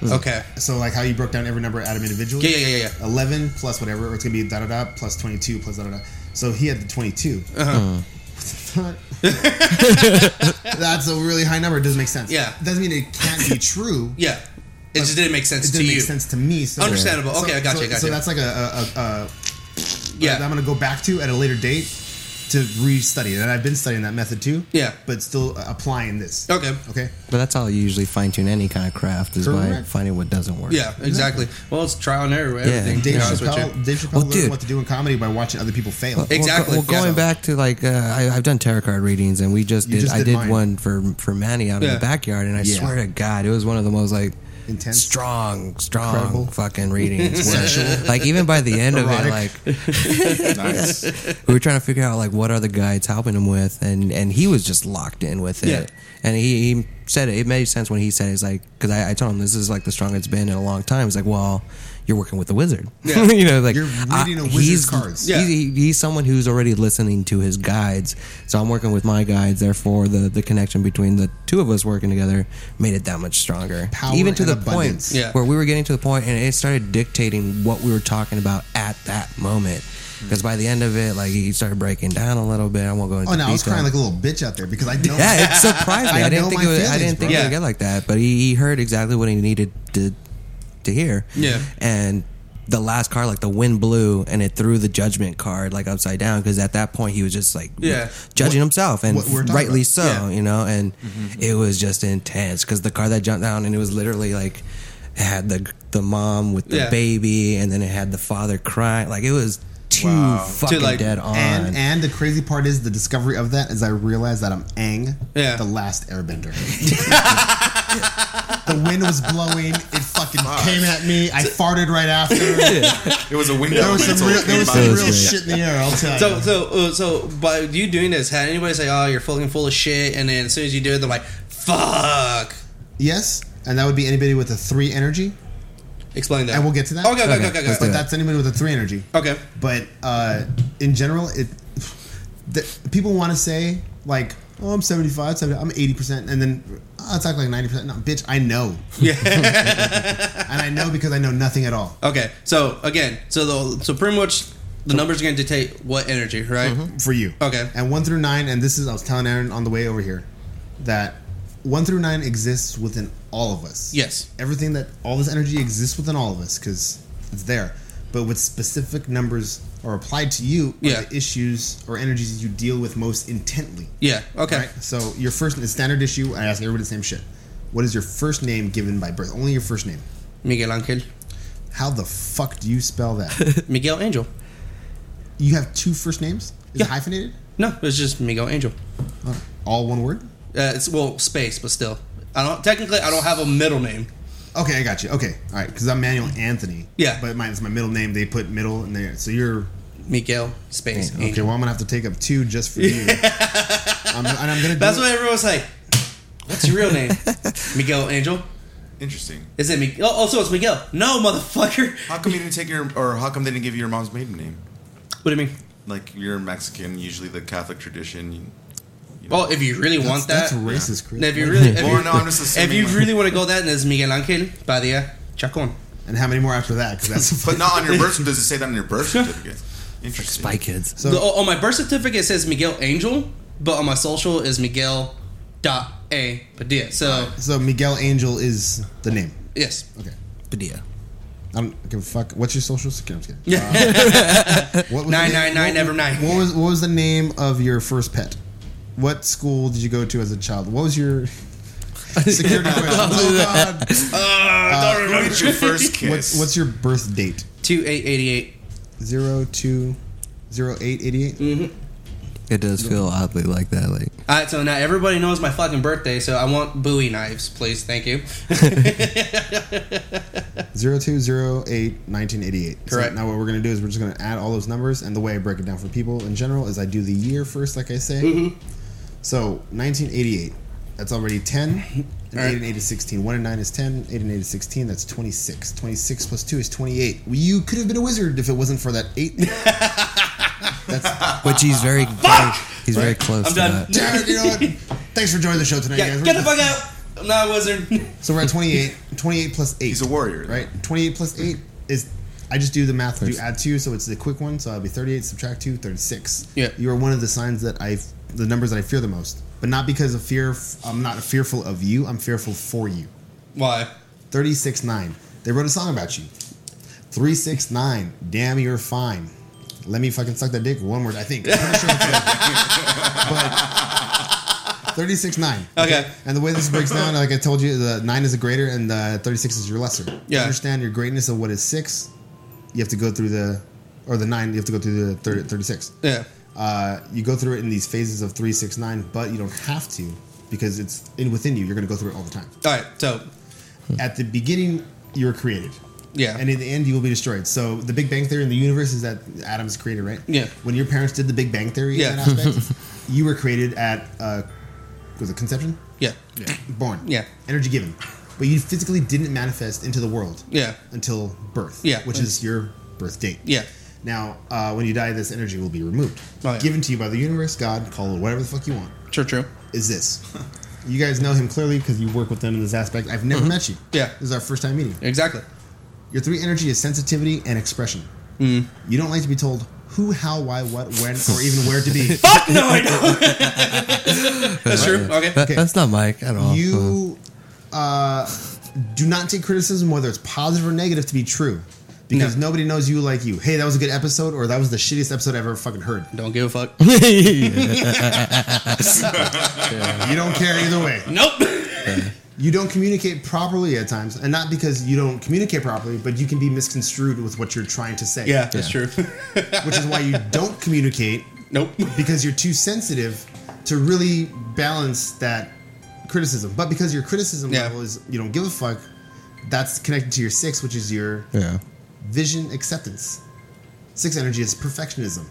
S3: Hmm.
S2: okay,
S4: So, like how you broke down every number at them individually?
S2: Yeah, yeah, yeah, yeah,
S4: 11 plus whatever, or it's going to be da da da plus 22 plus da da da. So he had the 22.
S2: Uh-huh.
S3: Hmm.
S4: What the fuck? That's a really high number. It doesn't make sense.
S2: Yeah.
S4: Doesn't mean it can't be true.
S2: yeah. It just didn't make sense
S4: It
S2: to
S4: didn't
S2: you.
S4: make sense to me. So
S2: Understandable.
S4: So-
S2: Okay, I got
S4: so,
S2: you, I got
S4: so
S2: you.
S4: that's like a, a, a, a
S2: Yeah,
S4: that I'm going to go back to at a later date to restudy it. And I've been studying that method too.
S2: Yeah.
S4: But still uh, applying this.
S2: Okay.
S4: Okay.
S3: But that's how you usually fine tune any kind of craft is by
S4: Correct.
S3: finding what doesn't work.
S2: Yeah, exactly. Well, it's trial and error. with Everything. to be
S4: Dave
S2: honest with you.
S4: Chappelle, Dave Chappelle
S3: Well,
S4: learned
S3: dude.
S4: what to do in comedy by watching other people fail.
S3: Well, go-
S2: Exactly,
S3: Well,
S2: yeah.
S3: going back to like uh, I, I've done tarot card readings, and we just
S4: You
S3: did.
S4: just
S3: I
S4: did
S3: did
S4: mine.
S3: one for for Manny out in
S2: Yeah.
S3: the backyard, and I
S4: Yeah.
S3: swear to God, it was one of the most like
S4: Intense.
S3: strong, strong
S4: Incredible.
S3: fucking readings. where, like even by the end
S4: Erotic.
S3: of it, like
S5: nice.
S3: we were trying to figure out like what are the guides helping him with, and and he was just locked in with it.
S2: Yeah.
S3: And he, he said it, it made sense when he said it's like because I, I told him this is like the strongest it's been in a long time. It's like well. You're working with the wizard,
S2: Yeah.
S3: you know. Like
S4: You're
S3: I-
S4: reading a wizard's
S3: he's-
S4: cards.
S2: Yeah.
S3: he's- he- he's someone who's already listening to his guides. So I'm working with my guides. Therefore, the the connection between the two of us working together made it that much stronger.
S4: Power
S3: Even to
S4: and
S3: the
S4: abundance.
S3: point
S2: Yeah.
S3: where we were getting to the point, and it started dictating what we were talking about at that moment. Because by the end of it, like he started breaking down a little bit. I won't go into
S4: Oh, no, I was
S3: detail.
S4: crying like a little bitch out there because I know.
S3: yeah, it surprised me.
S4: I
S3: I, didn't
S4: know
S3: think
S4: my
S3: it was, I
S4: feelings,
S3: didn't think
S2: bro.
S3: it
S2: Yeah.
S3: would get like that. But he, he heard exactly what he needed to to hear.
S2: Yeah.
S3: And the last card, like the wind blew, and it threw the judgment card like upside down because at that point he was just like
S2: Yeah.
S3: judging himself, and
S4: what we're talking
S3: rightly
S4: about.
S3: so,
S2: Yeah.
S3: you know. And it was just intense because the card that jumped down and it was literally like had the the mom with the
S2: Yeah.
S3: baby, and then it had the father crying. Like it was too
S5: Wow. To,
S3: fucking
S2: like-
S3: dead on.
S4: And and the crazy part is the discovery of that is I realized that I'm Aang,
S2: Yeah.
S4: the last airbender. the wind was blowing, it fucking came at me. I farted right after. There
S5: It was a window.
S4: was some
S5: mental
S4: real, there was some
S5: thing
S4: real
S5: about it.
S4: shit in the air, I'll tell
S2: So
S4: you.
S2: so uh, so by you doing this, had anybody say, "Oh, you're fucking full of shit," and then as soon as you do it, they're like, "Fuck."
S4: Yes, and that would be anybody with a three energy.
S2: Explain that.
S4: And we'll get to that.
S2: Okay, okay, okay,
S3: Okay,
S2: okay.
S3: let's
S2: okay.
S4: But that's anybody with a three energy.
S2: Okay.
S4: But uh, in general, it the, people want to say like, "Oh, I'm 75, 70, I'm 80 percent," and then oh, it's act like 90 percent. No, bitch, I know. and I know because I know nothing at all.
S2: Okay. So again, so the so pretty much the numbers are going to dictate what energy, right?
S4: for you.
S2: Mm-hmm. Okay.
S4: And one through nine, and this is I was telling Aaron on the way over here that one through nine exists within all of us.
S2: Yes.
S4: Everything that all this energy exists within all of us because it's there. But with specific numbers are applied to you are
S2: Yeah.
S4: the issues or energies you deal with most intently.
S2: Yeah. Okay.
S4: Right? So your first the standard issue, I ask everybody the same shit. What is your first name given by birth? Only your first name.
S2: Miguel Angel,
S4: How the fuck do you spell that?
S2: Miguel Angel.
S4: you have two first names? Is
S2: Yeah.
S4: it hyphenated?
S2: No, it's just Miguel Angel.
S4: Oh, all one word?
S2: Uh, it's well space, but still, I don't technically I don't have a middle name.
S4: Okay, I got you. Okay, all right, because I'm Manuel Anthony.
S2: Yeah.
S4: but mine's my middle name. They put middle in there, so you're
S2: Miguel space
S4: okay.
S2: Angel.
S4: Well, I'm gonna have to take up two just for you. I'm, and I'm gonna.
S2: That's
S4: do
S2: what everyone's like. What's your real name? Miguel Angel.
S5: Interesting.
S2: Is it Miguel? Oh, oh, so it's Miguel. No, motherfucker.
S5: How come you didn't take your, or how come they didn't give you your mom's maiden name?
S2: What do you mean?
S5: Like you're Mexican, usually the Catholic tradition. You, you know.
S2: Well, if you really want that,
S4: That's racist, Chris.
S2: if you really, if,
S5: Well,
S2: you,
S5: no, I'm just
S2: if
S5: assuming.
S2: you
S5: like-
S2: really want to go that, then it's Miguel Angel Padilla Chacon.
S4: and how many more after that? Because that's
S5: but not on your birth. Does it say that on your birth certificate? Interesting.
S3: Spy Kids.
S4: So-
S2: The- on my birth certificate it says Miguel Angel, but on my social is Miguel dot A Padilla. So
S4: so. Miguel Angel is the name.
S2: yes,
S4: Okay,
S3: Padilla.
S4: I don't give a fuck. What's your social security? I'm just kidding. Uh, what was the
S2: nine
S4: name-
S2: nine nine
S4: what-
S2: never nine.
S4: What was what was the name of your first pet? What school did you go to as a child? What was your security question? Oh, God.
S5: Who did your first kiss?
S4: What's what's your birth date?
S2: Two eight eighty eight.
S4: zero two zero eight eighty eight.
S3: It does feel oddly like that. Like
S2: All right, so now everybody knows my fucking birthday, so I want Bowie knives, please. Thank you.
S4: Zero two zero eight nineteen eighty eight.
S2: Correct.
S4: now what we're gonna do is we're just gonna add all those numbers, and the way I break it down for people in general is I do the year first, like I say.
S2: Mm-hmm.
S4: So nineteen eighty eight. That's already 10. And 8
S2: Alright.
S4: and 8 is 16. 1 and 9 is 10. 8 and 8 is 16. That's 26. 26 plus 2 is 28. You could have been a wizard if it wasn't for that 8. That's,
S3: Which he's very, very he's very close.
S2: I'm
S3: to
S2: done.
S3: That.
S4: Damn it, you know what? Thanks for joining the show tonight,
S2: Yeah,
S4: guys.
S2: get the fuck out. I'm not a wizard.
S4: So we're at 28. 28 plus 8.
S5: He's a warrior,
S4: Right? 28 plus 8 is. I just do the math. You add 2, so it's the quick one. So I'll be 38, subtract 2, 36.
S2: Yeah.
S4: You are one of the signs that I. The numbers that I fear the most. But not because of fear. I'm not fearful of you. I'm fearful for you.
S2: Why?
S4: 36 9. They wrote a song about you. 369. Damn, you're fine. let me fucking suck that dick. One word, I think. I'm pretty sure it's but thirty-six nine.
S2: Okay.
S4: And the way this breaks down, like I told you, the nine is a greater and the thirty-six is your lesser. To
S2: Yeah.
S4: understand your greatness of what is six. You have to go through the, or the nine. You have to go through the 30, thirty-six.
S2: Yeah.
S4: Uh, you go through it in these phases of three, six, nine, but you don't have to because it's in within you. You're going to go through it all the time.
S2: All right. So, Hmm.
S4: At the beginning, you were created.
S2: Yeah.
S4: And in the end, you will be destroyed. So the Big Bang Theory in the universe is that atoms created, right?
S2: Yeah.
S4: When your parents did the Big Bang Theory,
S2: Yeah.
S4: in that aspect, you were created at uh, was it conception?
S2: yeah.
S4: Born.
S2: Yeah.
S4: Energy given, but you physically didn't manifest into the world.
S2: Yeah.
S4: Until birth.
S2: Yeah.
S4: Which is your birth date.
S2: Yeah.
S4: Now, uh, when you die, this energy will be removed,
S2: Oh, yeah.
S4: given to you by the universe, God, call it whatever the fuck you want.
S2: True, true.
S4: Is this? you guys know him clearly because you work with them in this aspect. I've never met you.
S2: Mm-hmm. Yeah.
S4: this is our first time meeting.
S2: Exactly.
S4: Your three energy is sensitivity and expression.
S2: Mm-hmm.
S4: You don't like to be told who, how, why, what, when, or even where to be.
S2: Fuck no, I don't. That's true. Okay.
S3: That, That's not Mike at
S2: Uh-huh.
S3: all.
S4: you uh, do not take criticism, whether it's positive or negative, to be true. Because
S2: No.
S4: nobody knows you like you. Hey, that was a good episode, or that was the shittiest episode I ever fucking heard.
S2: Don't give a fuck.
S4: You don't care either way.
S2: nope.
S4: you don't communicate properly at times, and not because you don't communicate properly, but you can be misconstrued with what you're trying to say.
S2: Yeah, that's true.
S4: which is why you don't communicate
S2: nope.
S4: because you're too sensitive to really balance that criticism. But because your criticism
S2: Yeah.
S4: level is you don't give a fuck, that's connected to your six, which is your
S3: yeah.
S4: vision acceptance. Six energy is perfectionism.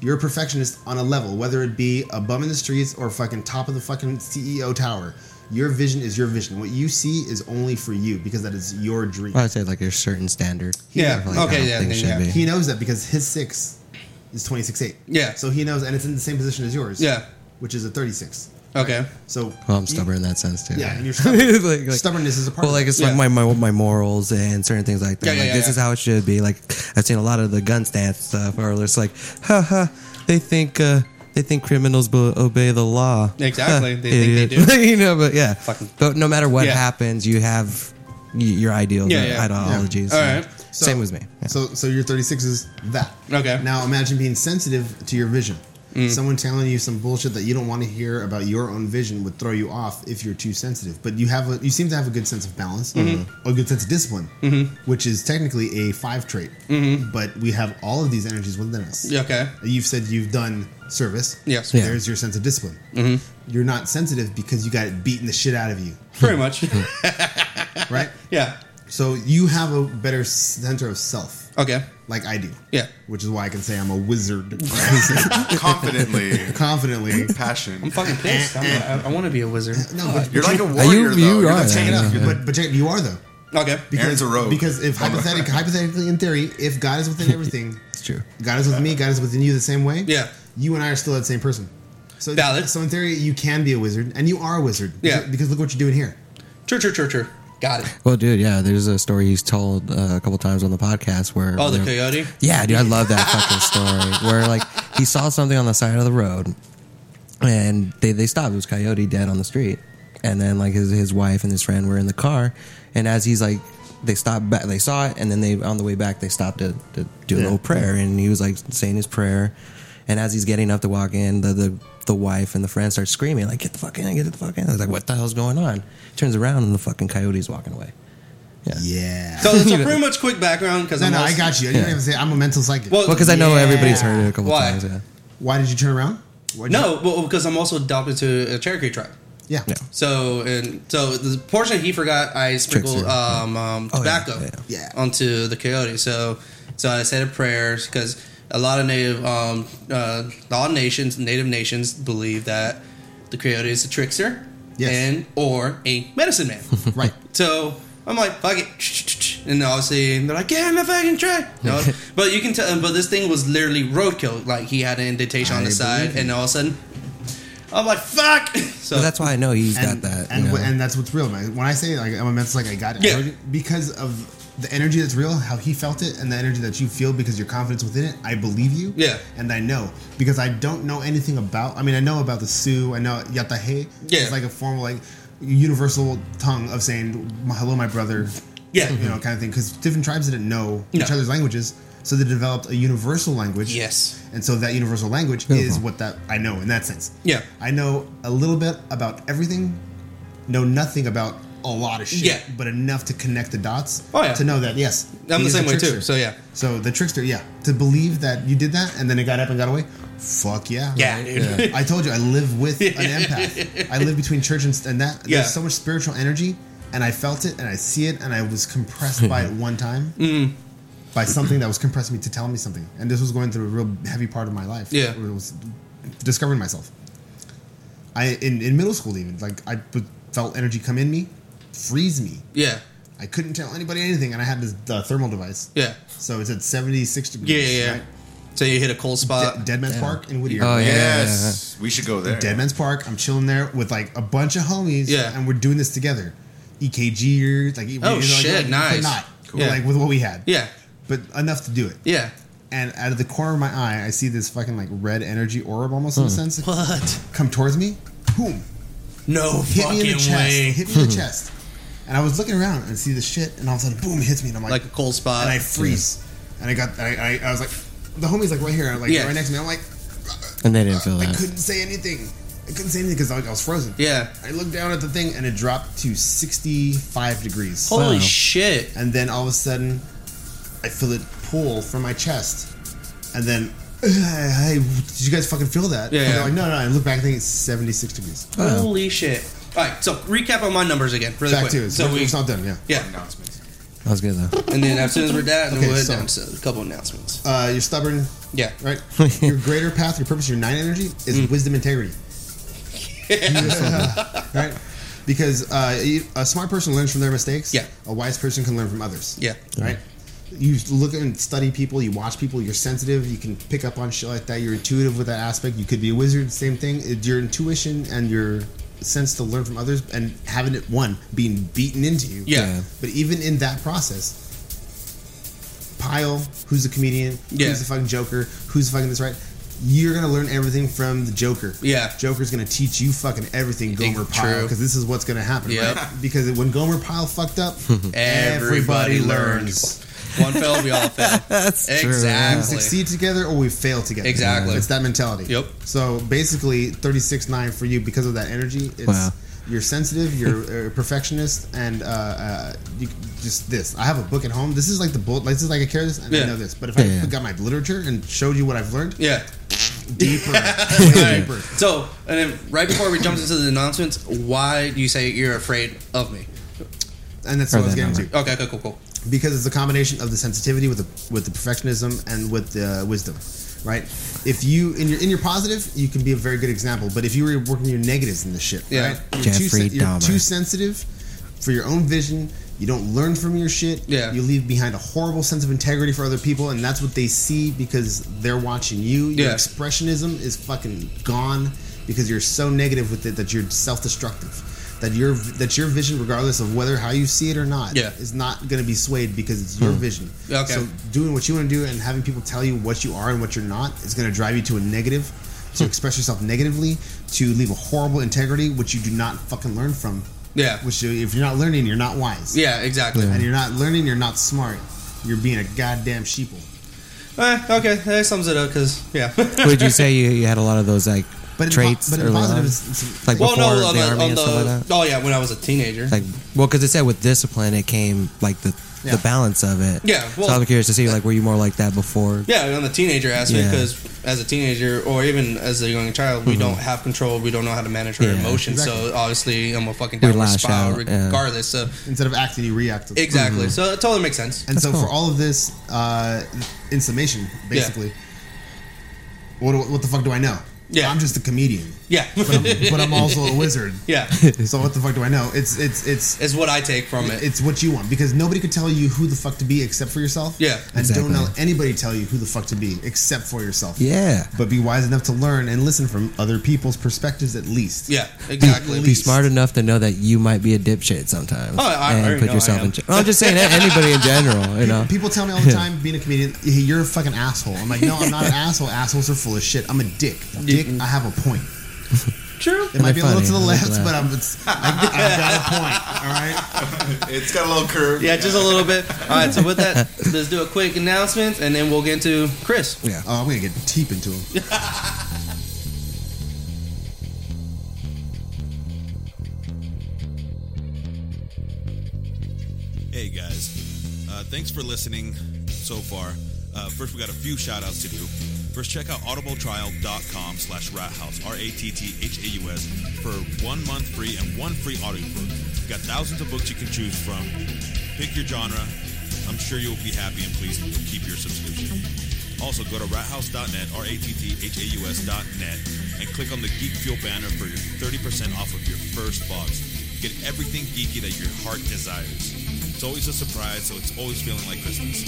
S4: You're a perfectionist on a level, whether it be a bum in the streets or fucking top of the fucking CEO tower. Your vision is your vision. What you see is only for you because that is your dream.
S3: I'd say like a certain standard.
S2: Yeah.
S3: Of,
S2: Okay,
S3: how
S2: yeah,
S3: things
S2: then,
S3: should
S2: yeah.
S3: be.
S4: He knows that because his six is twenty six eight.
S2: Yeah.
S4: So he knows, and it's in the same position as yours.
S2: Yeah.
S4: Which is a thirty six.
S2: Okay.
S4: So
S3: Well, I'm stubborn in that sense too.
S4: yeah, and you're stubborn.
S3: Like- like-
S4: Stubbornness is a part.
S3: Well, like
S4: of
S3: it's
S2: Yeah.
S3: like my, my my morals and certain things like that.
S2: Yeah, yeah,
S3: like
S2: yeah,
S3: this
S2: yeah.
S3: is how it should be. Like I've seen a lot of the gun stance stuff, or it's like, ha ha, they think uh, they think criminals be- obey the law.
S2: Exactly.
S3: Ha,
S2: They think they
S3: idiot. you know, but yeah,
S2: Fucking-
S3: but no matter what
S2: Yeah.
S3: happens, you have y- your ideals,
S2: Yeah,
S3: and
S2: yeah.
S3: ideologies.
S2: Yeah. All
S3: and
S2: right.
S4: So-
S3: Same with me. Yeah.
S4: So so your 36 is that.
S2: Okay. Mm.
S4: Now imagine being sensitive to your vision. Someone telling you some bullshit that you don't want to hear about your own vision would throw you off if you're too sensitive. But you have a you seem to have a good sense of balance,
S2: Mm-hmm.
S4: uh, a good sense of discipline, which is technically a five trait. But we have all of these energies within us.
S2: Mm-hmm. Yeah, okay.
S4: You've said you've done service.
S2: Yes. Mm-hmm.
S3: Yeah.
S4: There's your sense of discipline. You're not sensitive because you got it beaten the shit out of you,
S2: Pretty much.
S4: right?
S2: yeah.
S4: so you have a better center of self,
S2: Okay.
S4: like I do.
S2: Yeah.
S4: Which is why I can say I'm a wizard
S5: confidently,
S4: confidently.
S5: passion.
S2: I'm fucking pissed. I'm a, I, I want to be a wizard.
S4: No, but,
S5: You're like a
S3: you-
S5: warrior, though.
S3: you
S5: You're
S3: are
S5: the
S3: that,
S5: tank.
S3: yeah.
S5: You're the-
S4: but but Jack, you are though.
S2: Okay.
S5: Aaron's a rogue.
S4: Because if hypothetic, hypothetically, in theory, if God is within everything,
S3: It's true.
S4: God is with me, God is within you the same way.
S2: Yeah.
S4: You and I are still that same person. So
S2: Valid.
S4: So in theory, you can be a wizard, and you are a wizard.
S2: Yeah.
S4: Because, because look what you're doing here.
S2: True, true, true, true. Got it.
S3: Well, dude, yeah, there's a story he's told uh, a couple times on the podcast where
S2: Oh, the
S3: where-
S2: coyote?
S3: Yeah, dude, I love that fucking story where like he saw something on the side of the road, and they they stopped. It was coyote dead on the street, and then like his his wife and his friend were in the car, and as he's like. They stopped back. They saw it, and then they on the way back they stopped to, to do a little prayer, and he was like saying his prayer. And as he's getting up to walk in, the the, the wife and the friend start screaming like, "Get the fuck in! Get the fuck in!" I was like, "What the hell's going on?" Turns around, and the fucking coyote's walking away.
S4: Yeah.
S2: So it's a pretty much quick background because
S4: no,
S2: I'm
S4: no,
S2: also-
S4: I got you. I didn't
S3: Yeah.
S4: even say I'm a mental psychic.
S2: Well,
S3: Well, because I know
S4: Yeah.
S3: everybody's heard it a couple
S2: Why?
S3: times. Yeah.
S4: Why did you turn around? Why'd you-
S2: no, well, because I'm also adopted to a Cherokee tribe.
S4: Yeah.
S3: Yeah.
S2: So and so the portion he forgot, I sprinkled
S3: Trickster.
S2: um, um,
S3: Oh, yeah,
S2: tobacco
S3: yeah.
S4: Yeah.
S2: onto the coyote. So so I said a prayer because a lot of native um, uh, all nations, native nations believe that the coyote is a trickster
S4: Yes.
S2: and or a medicine man.
S4: Right.
S2: so I'm like fuck it, and obviously they're like yeah, I'm a fucking trick. You know? but you can tell, but this thing was literally roadkill. Like he had an indentation on
S4: I
S2: the side,
S4: believe you.
S2: and all of a sudden. I'm like fuck. So
S3: But that's why I know he's
S4: and,
S3: got that.
S4: And,
S3: you know.
S4: wh- and that's what's real, man. When I say like I'm a mental, like I got it, I
S2: Yeah.
S4: heard it because of the energy that's real, how he felt it, and the energy that you feel because your confidence within it. I believe you.
S2: Yeah.
S4: And I know because I don't know anything about. I mean, I know about the Sioux. I know Yatahe.
S2: Yeah.
S4: It's like a formal like universal tongue of saying "My- hello, my brother.
S2: Yeah.
S4: You know, kind of thing. Because different tribes didn't know
S2: No.
S4: each other's languages. So they developed a universal language.
S2: Yes.
S4: And so that universal language is
S3: Beautiful.
S4: what that I know in that sense.
S2: Yeah.
S4: I know a little bit about everything, know nothing about a lot of shit,
S2: Yeah.
S4: but enough to connect the dots
S2: Oh, yeah.
S4: to know that yes.
S2: I'm
S4: he
S2: the
S4: is a
S2: same way too.
S4: trickster.
S2: So yeah,
S4: So the trickster, yeah, to believe that you did that and then it got up and got away, fuck yeah,
S2: yeah,
S4: Right?
S2: dude.
S3: Yeah.
S4: I told you, I live with an empath. I live between church and, and that.
S2: Yeah.
S4: There's so much spiritual energy, and I felt it, and I see it, and I was compressed by it one time,
S2: Mm.
S4: by something that was compressing me to tell me something. And this was going through a real heavy part of my life.
S2: Yeah.
S4: where it was discovering myself. I in, in middle school even like I p- felt energy come in me, freeze me.
S2: yeah,
S4: I couldn't tell anybody anything, and I had this uh, thermal device.
S2: yeah,
S4: So it's at 76
S2: yeah,
S4: degrees.
S2: yeah. yeah.
S4: right?
S2: So you hit a cold spot.
S4: De- Dead Man's
S3: Damn.
S4: Park in Whittier.
S3: Oh, yeah,
S5: Yes, we should go there.
S4: Dead Man's Park. I'm chilling there with like a bunch of homies.
S2: Yeah. Oh,
S4: And we're doing this together. E EKG or like you know, like,
S2: shit,
S4: like,
S2: nice.
S4: But not
S2: Cool. Yeah.
S4: like with what we had.
S2: yeah,
S4: But enough to do it.
S2: yeah.
S4: And out of the corner of my eye, I see this fucking like red energy orb almost in a sense
S2: What?
S4: come towards me. Boom.
S2: No
S4: Hit
S2: fucking
S4: me in the chest.
S2: way.
S4: Hit me in the chest. And I was looking around and see this shit, and all of a sudden, boom, it hits me, and I'm like,
S2: Like uh, a cold spot.
S4: and I freeze. And I got, I, I, I was like, the homie's like right here, like
S2: Yeah.
S4: right next to me. I'm like,
S3: and they didn't feel
S4: I
S3: that.
S4: couldn't say anything. I couldn't say anything because I, I was frozen.
S2: Yeah.
S4: I looked down at the thing and it dropped to 65 degrees.
S2: Holy
S3: Wow.
S2: shit.
S4: And then all of a sudden, I feel it pull from my chest. And then, hey, did you guys fucking feel that?
S2: Yeah,
S4: And they're
S2: yeah.
S4: like, no, no. I look back, I think it's 76 degrees.
S2: Holy shit. All right, so recap on my numbers again, really
S4: Back
S2: quick.
S4: to it.
S2: so
S4: So
S2: we,
S4: it's not done, yeah.
S2: yeah,
S5: Announcements.
S3: That was good though.
S2: and then as soon as we're done,
S4: Okay,
S2: we'll head
S4: so-
S2: down to a couple announcements.
S4: Uh, you're stubborn,
S2: Yeah,
S4: right? your greater path, your purpose, your nine energy is
S2: Mm.
S4: wisdom integrity. right? Because uh, you- a smart person learns from their mistakes.
S2: Yeah.
S4: A wise person can learn from others.
S2: yeah,
S4: Right? You look and study people, you watch people, you're sensitive, you can pick up on shit like that, you're intuitive with that aspect. You could be a wizard, same thing. It- Your intuition and your sense to learn from others and having it, one, being beaten into you.
S2: yeah,
S4: But even in that process, Pyle, who's a comedian,
S2: Yeah.
S4: who's the fucking Joker, who's fucking this right, you're gonna learn everything from the Joker.
S2: Yeah.
S4: Joker's gonna teach you fucking everything,
S2: Think-
S4: Gomer Pyle,
S2: true.
S4: because this is what's gonna happen.
S2: Yep.
S4: Right? Because when Gomer Pyle fucked up,
S2: Everybody One fail, we all fail. That's
S3: true,
S4: We
S2: exactly.
S4: succeed together or we fail together.
S2: Exactly.
S4: It's that mentality.
S2: Yep.
S4: So basically, 36 9 for you because of that energy. It's,
S3: Wow.
S4: You're sensitive, you're a perfectionist, and uh, uh, you, just this. I have a book at home. This is like the bullet. This is like I carry this and
S2: Yeah.
S4: I know this. But if I
S3: Yeah, yeah.
S4: got my literature and showed you what I've learned,
S2: Yeah.
S4: deeper,
S2: All
S4: way
S2: right.
S4: deeper.
S2: So, and then right before we jump into the announcements, why do you say you're afraid of me?
S4: And that's what I
S3: Heard
S4: was
S3: that
S4: getting
S3: number.
S4: to.
S2: Okay, cool, cool, cool.
S4: because it's a combination of the sensitivity with the with the perfectionism and with the wisdom, right? If you in your in your positive, you can be a very good example. But if you were working your negatives in this shit,
S2: Yeah.
S4: right? You're too,
S3: Jeffrey
S4: sen- you're
S3: Dahmer.
S4: too sensitive for your own vision. You don't learn from your shit.
S2: Yeah.
S4: You leave behind a horrible sense of integrity for other people, and that's what they see because they're watching you. Your
S2: Yeah.
S4: expressionism is fucking gone because you're so negative with it that you're self-destructive. That your that your vision, regardless of whether how you see it or not,
S2: Yeah.
S4: is not going to be swayed because it's
S3: Hmm.
S4: your vision.
S2: Okay.
S4: So doing what you want to do and having people tell you what you are and what you're not is going to drive you to a negative,
S3: Hmm.
S4: to express yourself negatively, to leave a horrible integrity which you do not fucking learn from.
S2: Yeah.
S4: Which you- if you're not learning, you're not wise.
S2: Yeah, exactly.
S4: And you're not learning, you're not smart. You're being a goddamn sheeple.
S2: Eh, okay, that sums it up because, yeah.
S3: Would you say you, you had a lot of those like
S4: But in po-
S3: traits
S4: but in
S3: early
S4: positive,
S3: on?
S4: it's- it's-
S3: like
S2: well,
S3: before
S2: no, on
S3: the
S2: the,
S3: army
S2: on
S3: and stuff
S2: the
S3: like that?
S2: oh yeah, when I was a teenager.
S3: Like, well, because it said with discipline, it came like the
S4: Yeah.
S3: the balance of it.
S2: Yeah, well-
S3: so I was curious to see like were you more like that before?
S2: Yeah, on the teenager aspect,
S3: Yeah. Mm-hmm.
S2: because as a teenager or even as a young child, we don't have control. We don't know how to manage our
S3: Yeah,
S2: emotions.
S4: exactly.
S2: So obviously, I'm a fucking downward
S3: lash
S2: spiral
S3: out, yeah. Mm-hmm.
S2: regardless. So
S4: Instead of acting, you react.
S2: exactly. So it totally makes sense.
S4: And so
S3: cool.
S4: for all of this, uh, in summation, basically, what, do- what the fuck do I know?
S2: Yeah.
S4: I'm just a comedian,
S2: Yeah,
S4: but I'm, but I'm also a wizard.
S2: yeah,
S4: So what the fuck do I know? It's it's it's
S2: is what I take from it.
S4: it's what you want because nobody could tell you who the fuck to be except for yourself.
S2: Yeah.
S4: and
S3: Exactly.
S4: don't let anybody tell you who the fuck to be except for yourself.
S3: Yeah.
S4: but be wise enough to learn and listen from other people's perspectives at least.
S2: Yeah, exactly.
S3: Be smart enough to know that you might be a dipshit sometimes,
S2: Oh, I already
S3: and put
S2: know I
S3: yourself
S2: am.
S3: in. Well, I'm just saying that anybody in general, you know.
S4: People tell me all the time, being a comedian, "Hey, you're a fucking asshole. I'm like, no, I'm not an asshole. Assholes are full of shit. I'm a dick. Dick, I have a point.
S2: True.
S4: It might be a little to the
S3: funny. I like
S4: left,
S3: that.
S4: but I'm, it's, I, I've got a point. All right.
S5: It's got a little curve.
S2: Yeah, just a little bit. All right, so with that, let's do a quick announcement, and then we'll get to Chris.
S3: Yeah.
S4: Oh, I'm gonna get deep into him.
S6: Hey guys, uh, thanks for listening so far. Uh, first, we got a few shout outs to do. First, check out audibletrial.com slash rathouse, R-A-T-T-H-A-U-S, for one month free and one free audiobook. We've got thousands of books you can choose from. Pick your genre. I'm sure you'll be happy and pleased you'll keep your subscription. Also, go to rathouse.net, R-A-T-T-H-A-U-S dot net, and click on the Geek Fuel banner for your 30% off of your first box. Get everything geeky that your heart desires. It's always a surprise, so it's always feeling like Christmas.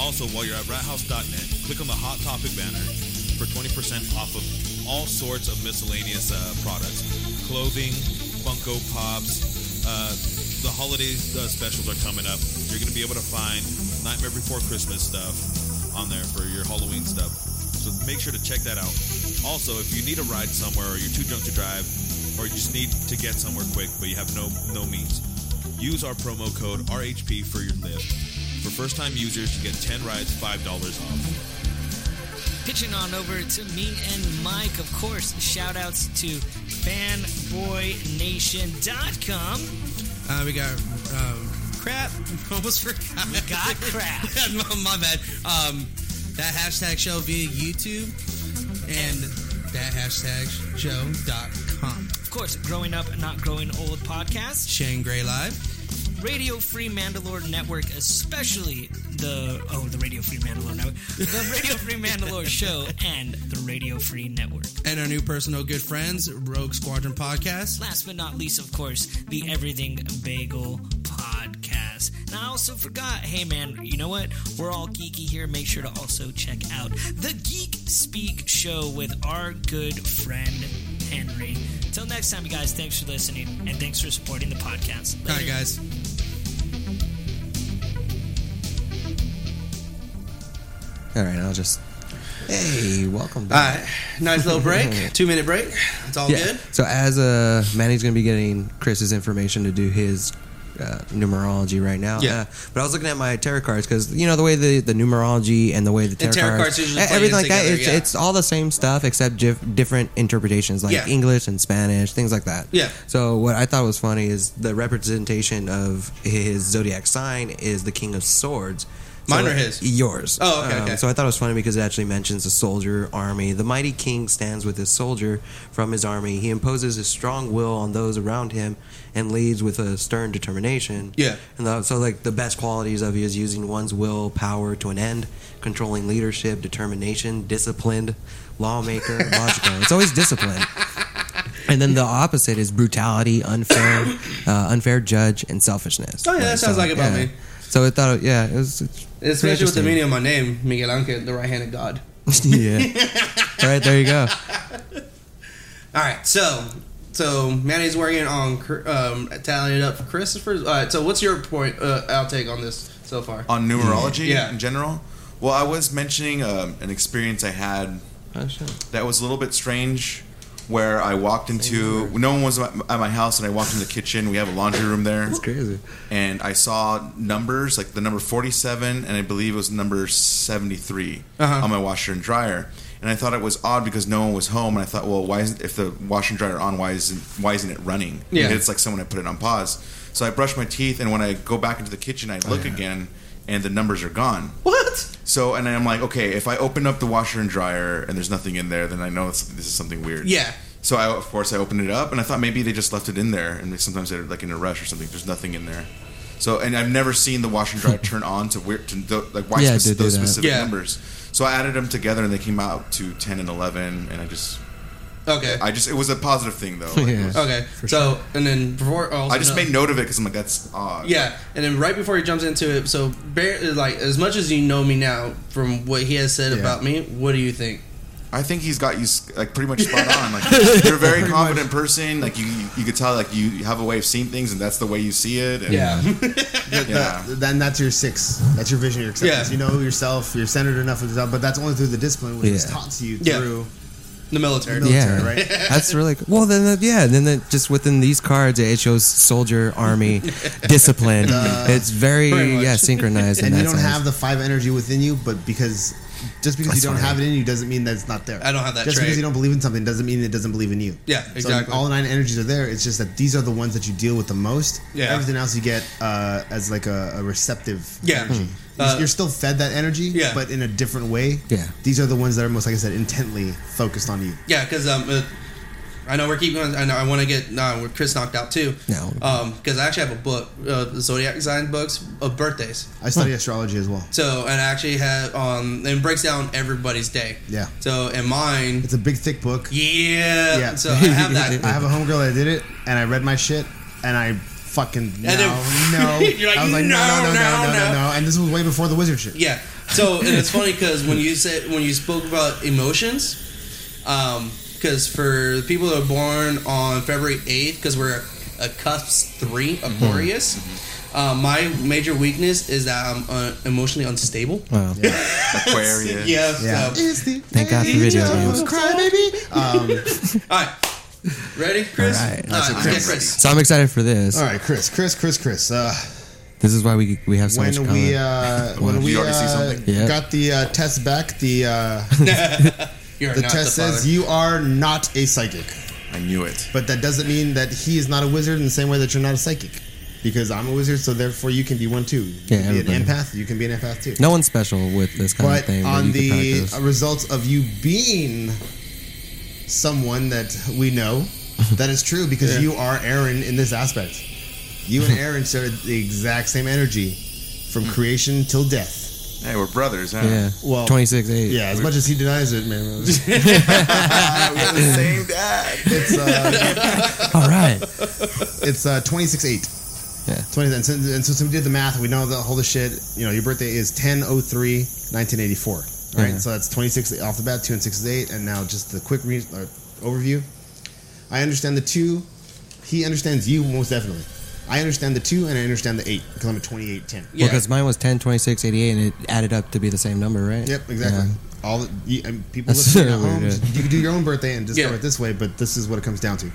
S6: Also, while you're at rathouse.net, click on the Hot Topic banner for 20% off of all sorts of miscellaneous uh, products clothing, Funko Pops. Uh, the holiday uh, specials are coming up. You're going to be able to find Nightmare Before Christmas stuff on there for your Halloween stuff. So make sure to check that out. Also, if you need a ride somewhere or you're too drunk to drive or you just need to get somewhere quick but you have no, no means, use our promo code RHP for your lift. For first time users, you get 10 rides, $5 off.
S7: Pitching on over to me and Mike, of course. Shout outs to fanboynation.com.
S8: Uh, we got um, crap. Almost forgot. We
S7: got crap.
S8: my, my bad. Um, that hashtag show via YouTube and that hashtag show.com.
S7: Of course, Growing Up, Not Growing Old podcast.
S8: Shane Gray Live.
S7: Radio Free Mandalore Network, especially the oh the Radio Free Mandalore Network, the Radio Free Mandalore Show, and the Radio Free Network.
S8: And our new personal good friends, Rogue Squadron Podcast.
S7: Last but not least, of course, the Everything Bagel podcast. And I also forgot, hey man, you know what? We're all geeky here. Make sure to also check out the Geek Speak show with our good friend Henry. Till next time, you guys, thanks for listening and thanks for supporting the podcast.
S8: All right, guys.
S3: All right, I'll just. Hey, welcome
S2: All
S3: back.
S2: right, nice little break, two minute break. It's all
S3: yeah.
S2: good.
S3: So as uh, Manny's going to be getting Chris's information to do his uh, numerology right now.
S2: Yeah.
S3: Uh, but I was looking at my tarot cards because you know the way the, the numerology and the way the tarot,
S2: tarot cards
S3: cards,
S2: usually
S3: e-
S2: play
S3: everything like that.
S2: together,
S3: It's,
S2: yeah.
S3: it's all the same stuff except dif- different interpretations, like
S2: Yeah.
S3: English and Spanish, things like that.
S2: Yeah.
S3: So what I thought was funny is the representation of his zodiac sign is the King of Swords.
S2: Mine
S3: So
S2: or his?
S3: Yours.
S2: Oh, okay, okay.
S3: Um, So I thought it was funny because it actually mentions the soldier army. The mighty king stands with his soldier from his army. He imposes his strong will on those around him and leads with a stern determination.
S2: Yeah.
S3: And the, so, like, the best qualities of you is using one's will power to an end, controlling leadership, determination, disciplined, lawmaker, logical. It's always discipline. And then the opposite is brutality, unfair, uh, unfair judge, and selfishness.
S2: Oh, yeah, that sounds like about
S3: yeah.
S2: me.
S3: So I thought, yeah, it was. It's pretty
S2: Especially with the
S3: interesting.
S2: meaning of my name, Miguel Angel, the right handed God.
S3: yeah. All right, there you go.
S2: All right, so so Manny's working on cr- um, tallying it up for Christopher's. All right, so what's your point uh, outtake on this so far?
S5: on numerology
S2: Yeah.
S5: in general. Well, I was mentioning um, an experience I had
S3: Oh, shit.
S5: that was a little bit strange where I walked into no one was at my- at my house and I walked in the kitchen. We have a laundry room there.
S3: It's crazy.
S5: And I saw numbers like the number 47 and I believe it was number 73
S2: Uh-huh.
S5: on my washer and dryer. And I thought it was odd because no one was home and I thought, well, why isn't if the washer and dryer are on, why isn't why isn't it running?
S2: Yeah.
S5: And it's like someone had put it on pause. So I brush my teeth and when I go back into the kitchen, I
S2: Oh,
S5: look again and the numbers are gone.
S2: What?
S5: So, and I'm like, okay, if I open up the washer and dryer and there's nothing in there, then I know it's, this is something weird.
S2: Yeah.
S5: So I, of course, I opened it up, and I thought maybe they just left it in there, and they, sometimes they're like in a rush or something. There's nothing in there. So, and I've never seen the washer and dryer turn on to weird, to th- like why
S3: Yeah, it
S5: spec-
S3: did do
S5: those
S3: that.
S5: specific
S2: Yeah.
S5: numbers. So I added them together, and they came out to ten and eleven, and I just,
S2: Okay.
S5: I just, it was a positive thing though. Like, it
S3: Yeah.
S5: was-
S2: okay. So and then before oh, also
S5: I just
S2: no-
S5: made note of it because I'm like, that's odd.
S2: Yeah, and then right before he jumps into it, so bear, like as much as you know me now from what he has said about me, what do you think?
S5: I think he's got you s- like pretty much spot on. Like you're a very confident person. Like you, you could tell like you have a way of seeing things, and that's the way you see it. And
S2: Yeah.
S5: yeah.
S4: That- then that's your six. That's your vision, your acceptance.
S2: Yeah.
S4: You know yourself. You're centered enough, with yourself, but that's only through the discipline, which is
S3: Yeah.
S4: taught to you
S2: Yeah.
S4: through
S2: The military.
S3: yeah,
S4: military, right?
S3: That's really cool. well. Then, that, yeah, then that just within these cards, it shows soldier, army, discipline. it's very
S2: pretty much.
S3: yeah synchronized. in
S4: Uh, and you
S3: that
S4: don't
S3: sense.
S4: have the five energy within you, but because just because
S3: That's
S4: you don't
S3: fine.
S4: have it in you doesn't mean that it's not there.
S2: I don't have that
S4: Just
S2: trait.
S4: because you don't believe in something doesn't mean it doesn't believe in you.
S2: Yeah,
S4: So
S2: exactly.
S4: all nine energies are there. It's just that these are the ones that you deal with the most.
S2: Yeah.
S4: Everything else you get uh, as like a, a receptive
S2: Yeah.
S4: energy.
S2: Hmm. Uh,
S4: You're- You're still fed that energy,
S2: Yeah.
S4: but in a different way.
S3: Yeah.
S4: These are the ones that are most, like I said, intently focused on you.
S2: Yeah, because um, uh, I know we're keeping. I know I want to get nah, we're Chris knocked out too.
S3: No.
S2: because I actually have a book, uh, zodiac sign books of birthdays.
S4: I study astrology as well.
S2: So and I actually have um, and it breaks down everybody's day.
S4: Yeah.
S2: So in mine,
S4: It's a big, thick book.
S2: yeah.
S4: Yeah.
S2: So I have that.
S4: I have a homegirl that did it, and I read my shit, and I fucking no,
S2: And then-
S4: no.
S2: You're like,
S4: I was like, no, no, no, no, no,
S2: no.
S4: no, And this was way before the wizard shit.
S2: Yeah. So and it's funny because when you said when you spoke about emotions, because for the people that are born on February eighth, because we're a cusp three
S3: Mm-hmm.
S2: Aquarius, uh, my major weakness is that I'm uh, emotionally unstable.
S3: Wow.
S5: Aquarius.
S2: Yeah.
S4: Yeah.
S2: So,
S4: It's the
S3: Thank God for
S4: age
S3: video
S4: of
S3: games.
S4: Crybaby. Um,
S2: all right. Ready, Chris?
S3: All right.
S2: All right, let's
S5: I'm
S2: get Chris.
S3: So I'm excited for this.
S4: all right, Chris, Chris, Chris, Chris. Uh,
S3: This is why we we have so much
S4: when
S3: common.
S4: we uh, when
S3: Did
S4: we
S5: you already see
S4: uh,
S5: something?
S3: Yeah.
S4: got the uh, test back, the uh,
S2: You're
S4: the
S2: not
S4: test
S2: the
S4: says
S2: father.
S4: you are not a psychic,
S5: I knew it.
S4: but that doesn't mean that he is not a wizard in the same way that you're not a psychic. Because I'm a wizard, so therefore you can be one too. You
S3: Yeah,
S4: can be an
S3: everybody.
S4: empath. You can be an empath too.
S3: no one's special with this kind of
S4: but
S3: thing.
S4: on
S3: you can
S4: the
S3: practice.
S4: results of you being someone that we know, that is true because you are Aaron in this aspect. You and Aaron shared the exact same energy from
S3: Mm.
S4: creation till death.
S5: Hey, we're brothers, huh?
S3: yeah,
S4: uh, well,
S3: 26 8.
S4: Yeah, as much as he denies it, man. it was-
S5: Ah, we have the same dad.
S4: It's uh,
S3: All right.
S4: it's uh, twenty six eight.
S3: Yeah.
S4: 20, and, so, and so we did the math. We know the whole the shit. You know, your birthday is 1003 1984. All right.
S3: Yeah.
S4: So that's 26 off the bat, 2 and 6 is 8. And now just the quick re- uh, overview. I understand the 2. He understands you most definitely. I understand the 2 and I understand the 8 because I'm a 2810.
S2: Yeah.
S3: Because mine was 10, 26, 88, and it added up to be the same number, right?
S4: Yep, exactly. All the, you, and people
S3: That's
S4: listening at
S3: really
S4: home,
S3: good.
S4: just- you can do your own birthday and discover
S2: Yeah.
S4: it this way, but this is what it comes down to.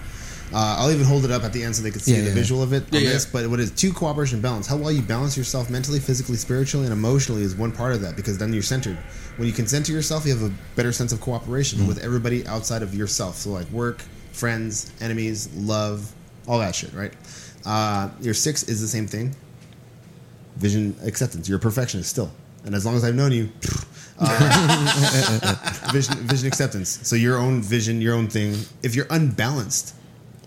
S4: Uh, I'll even hold it up at the end so they can see
S3: Yeah,
S4: the
S3: yeah.
S4: visual of it
S2: Yeah,
S4: on
S2: yeah.
S4: this. But what is two cooperation and balance? How well you balance yourself mentally, physically, spiritually, and emotionally is one part of that because then you're centered. When you can center yourself, you have a better sense of cooperation
S3: Mm-hmm.
S4: with everybody outside of yourself. So like work, friends, enemies, love, all that shit, right? Uh, your six is the same thing vision acceptance. You're a perfectionist still, and as long as I've known you, uh, vision vision acceptance. So your own vision, your own thing. If you're unbalanced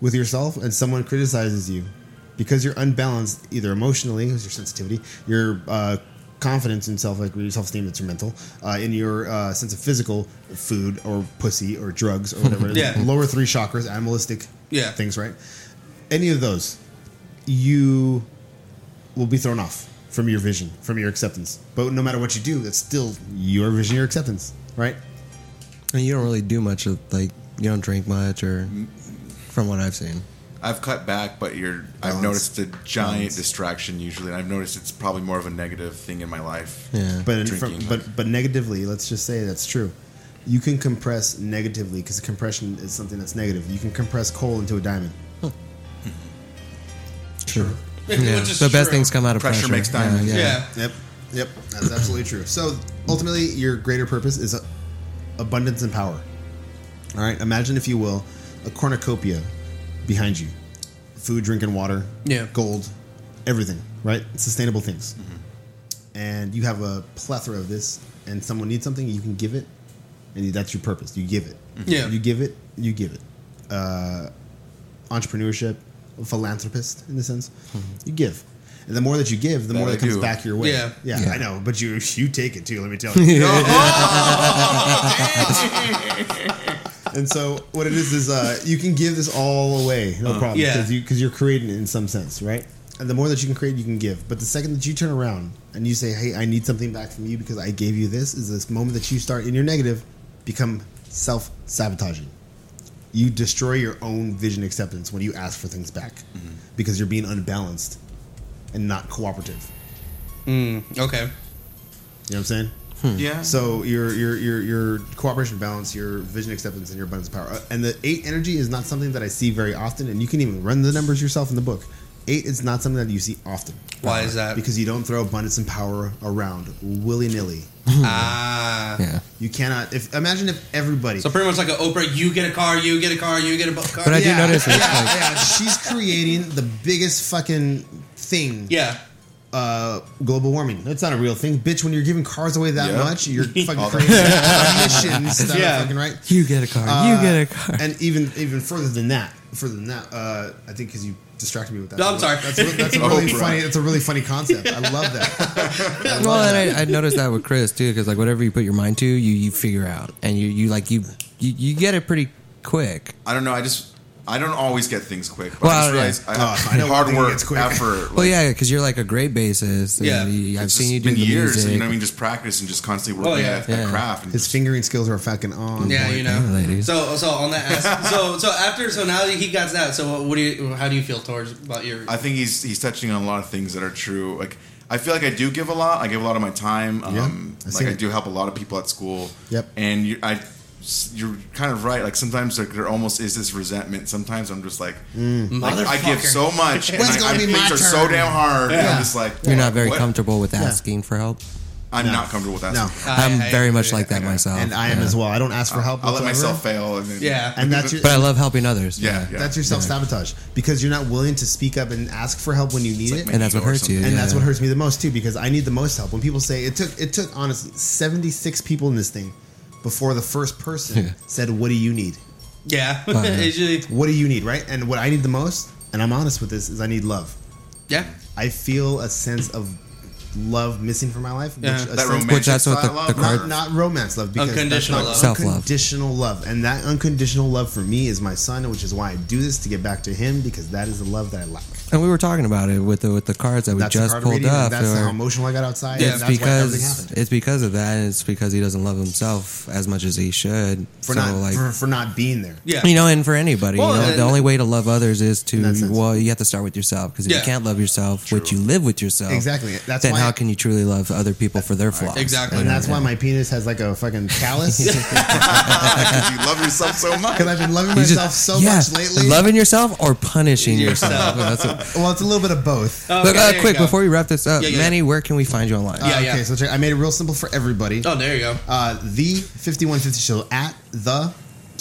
S4: with yourself, and someone criticizes you because you're unbalanced, either emotionally, is your sensitivity, your uh, confidence in self, like your self esteem, it's your mental, uh, in your uh, sense of physical food or pussy or drugs or whatever. it is.
S2: Yeah.
S4: Lower three chakras, animalistic
S2: Yeah.
S4: things, right? Any of those, you will be thrown off from your vision, from your acceptance. But no matter what you do, that's still your vision, your acceptance, right?
S3: And you don't really do much of, like, you don't drink much, or from what I've seen.
S5: I've cut back, but you're. I've
S4: Balance.
S5: noticed a giant
S4: Balance.
S5: distraction usually, and I've noticed it's probably more of a negative thing in my life.
S3: Yeah.
S4: But from,
S5: Drinking,
S4: but but negatively, let's just say that's true. You can compress negatively because compression is something that's negative. You can compress coal into a diamond.
S3: True.
S2: Which
S3: Yeah.
S2: is
S3: The best
S2: true.
S3: things come out of
S5: Pressure
S3: pressure.
S5: makes diamonds.
S3: Yeah. yeah.
S2: Yeah.
S4: Yep, yep, that's absolutely true. So ultimately, your greater purpose is a- abundance and power. All right, imagine if you will a cornucopia behind you: food, drink, and water.
S2: Yeah.
S4: gold, everything. Right, sustainable things. And you have a plethora of this, and someone needs something, you can give it, and that's your purpose. You give it.
S2: Yeah.
S4: You give it. You give it. Uh, entrepreneurship, philanthropist in a sense. You give. And the more that you give, the
S5: That
S4: more
S5: I
S4: that comes
S5: do.
S4: back your way.
S2: Yeah.
S4: yeah,
S3: Yeah.
S4: I know. But you you take it too. Let me tell you. and so what it is is uh, you can give this all away, no problem,
S2: Uh, yeah.
S4: because you, are creating it in some sense, right? And the more that you can create, you can give. But the second that you turn around and you say, "Hey, I need something back from you because I gave you this," is this moment that you start in your negative become self sabotaging. You destroy your own vision acceptance when you ask for things back
S2: Mm-hmm.
S4: because you're being unbalanced and not cooperative.
S2: Okay.
S4: You know what I'm saying?
S5: Yeah.
S4: So your your your your cooperation balance, your vision acceptance, and your abundance of power. Uh, And the eight energy is not something that I see very often, and you can even run the numbers yourself in the book. Eight is not something that you see often.
S2: Why is that?
S4: Because you don't throw abundance and power around willy nilly.
S2: Ah.
S3: Yeah.
S4: You cannot. If imagine if everybody.
S2: So pretty much like an Oprah, you get a car, you get a car, you get a bu- car.
S3: But I do
S4: Yeah.
S3: notice it's
S4: yeah,
S3: like,
S4: yeah, she's creating the biggest fucking thing.
S2: yeah.
S4: Uh, global warming. That's not a real thing, bitch. When you're giving cars away that
S5: Yeah.
S4: much, you're fucking
S5: All
S4: creating emissions. that are
S2: Yeah.
S4: fucking right.
S3: you get a car, you get a car.
S4: And even even further than that, further than that, uh, I think because you distracted me with that.
S2: No, I'm sorry.
S4: That's, a- that's a
S5: Oh,
S4: really
S5: right.
S4: funny. That's a really funny concept. I love that.
S3: Well, and I, I noticed that with Chris too, because like whatever you put your mind to, you you figure out, and you you like you you, you get it pretty quick.
S5: I don't know. I just I don't always get things quick. But
S3: Well,
S5: I just realize
S3: yeah.
S5: I have
S4: Oh, I know one
S5: hard
S4: thing that
S5: work,
S4: gets quick.
S5: effort.
S3: well, yeah, because you're like a great bassist. and
S2: Yeah.
S3: you- I've
S5: it's
S3: seen
S5: just
S3: you do
S5: been
S3: the
S5: years.
S3: music.
S5: You know what I mean? Just practice and just constantly working
S2: Oh, yeah.
S5: at, at
S3: Yeah.
S5: craft. And
S4: His
S5: just-
S4: fingering skills are fucking on.
S2: Yeah, you know.
S3: Yeah, ladies.
S2: So, so on that. Ass- so, so after, so now that he got that. So, what do you? How do you feel towards about your?
S5: I think he's he's touching on a lot of things that are true. Like I feel like I do give a lot. I give a lot of my time.
S4: Yeah,
S5: Um,
S4: I see
S5: like I
S4: it.
S5: do help a lot of people at school.
S4: Yep.
S5: And you, I, you're kind of right. Like sometimes like, there almost is this resentment. Sometimes I'm just like,
S4: Mm.
S5: like, I give
S2: Motherfucker.
S5: so much, and
S4: When's
S5: I,
S4: gonna
S5: I
S4: be my
S5: things are so
S4: turn?
S5: damn hard. and
S4: Yeah.
S5: I'm just like
S3: You're not very
S5: what?
S3: comfortable with asking for help.
S5: I'm
S4: No.
S5: not comfortable with that.
S4: No,
S3: I'm
S2: I-
S3: very
S2: I-
S3: much like that
S5: yeah.
S3: myself.
S4: and I am
S3: Oh, yeah.
S4: as well. I don't ask for help.
S5: I'll let
S4: whatsoever.
S5: myself fail. And then,
S2: Yeah.
S4: And that's your.
S3: But I love helping others.
S5: Yeah, yeah.
S4: That's your self sabotage because you're not willing to speak up and ask for help when you need it.
S5: my
S3: And that's what
S5: ego or
S3: hurts you.
S5: something.
S4: and
S3: yeah.
S4: that's what hurts me the most too because I need the most help. When people say it took it took honestly 76 people in this thing before the first person
S3: Yeah.
S4: said what do you need?
S2: yeah,
S3: yeah.
S2: usually,
S4: What do you need, right? And what I need the most, and I'm honest with this, is I need love.
S2: yeah.
S4: I feel a sense of love missing from my life.
S2: Yeah.
S4: a
S5: That
S4: sense-
S5: romantic
S3: that's what the-
S5: style
S3: the
S5: of-
S3: card-
S4: not, not romance love because
S2: Unconditional
S3: love.
S4: that's not-
S3: Self-love.
S4: unconditional love and that unconditional love for me is my son which is why I do this to get back to him because that is the love that I lack
S3: And we were talking about it with the with the cards that we
S4: that's the
S3: just
S4: card
S3: pulled
S4: reading, and
S3: up.
S4: that's
S3: or-
S4: how emotional I got outside and
S3: it's
S4: that's why everything
S3: because
S4: happened
S3: it's because of that. and It's because he doesn't love himself as much as he should.
S4: for
S3: so
S4: not
S3: like
S4: for, for not being there.
S2: Yeah.
S3: you know, and for anybody,
S2: Well,
S3: you know,
S2: and-
S3: the only way to love others is to
S4: that sense.
S3: well, you have to start with yourself because if
S2: Yeah.
S3: you can't love yourself, which you live with yourself,
S4: Exactly. That's
S3: then
S4: why-
S3: how can you truly love other people for their flaws?
S2: Exactly.
S4: And that's why my penis has like a fucking callus because
S5: Because you love yourself so much.
S4: I've been loving
S3: You
S4: myself
S3: just-
S4: so
S3: yeah,
S4: much lately.
S3: loving yourself or punishing yourself.
S2: Yourself.
S3: That's what-
S4: well, it's a little bit of both.
S2: Okay,
S3: Look, uh,
S2: there you
S3: quick
S2: go.
S3: before we wrap this up,
S2: Yeah, yeah,
S3: Manny, where can we find you online?
S2: Uh, yeah, yeah.
S4: Okay, so check, I made it real simple for everybody.
S2: Oh, there you go.
S4: Uh, the 5150 show at the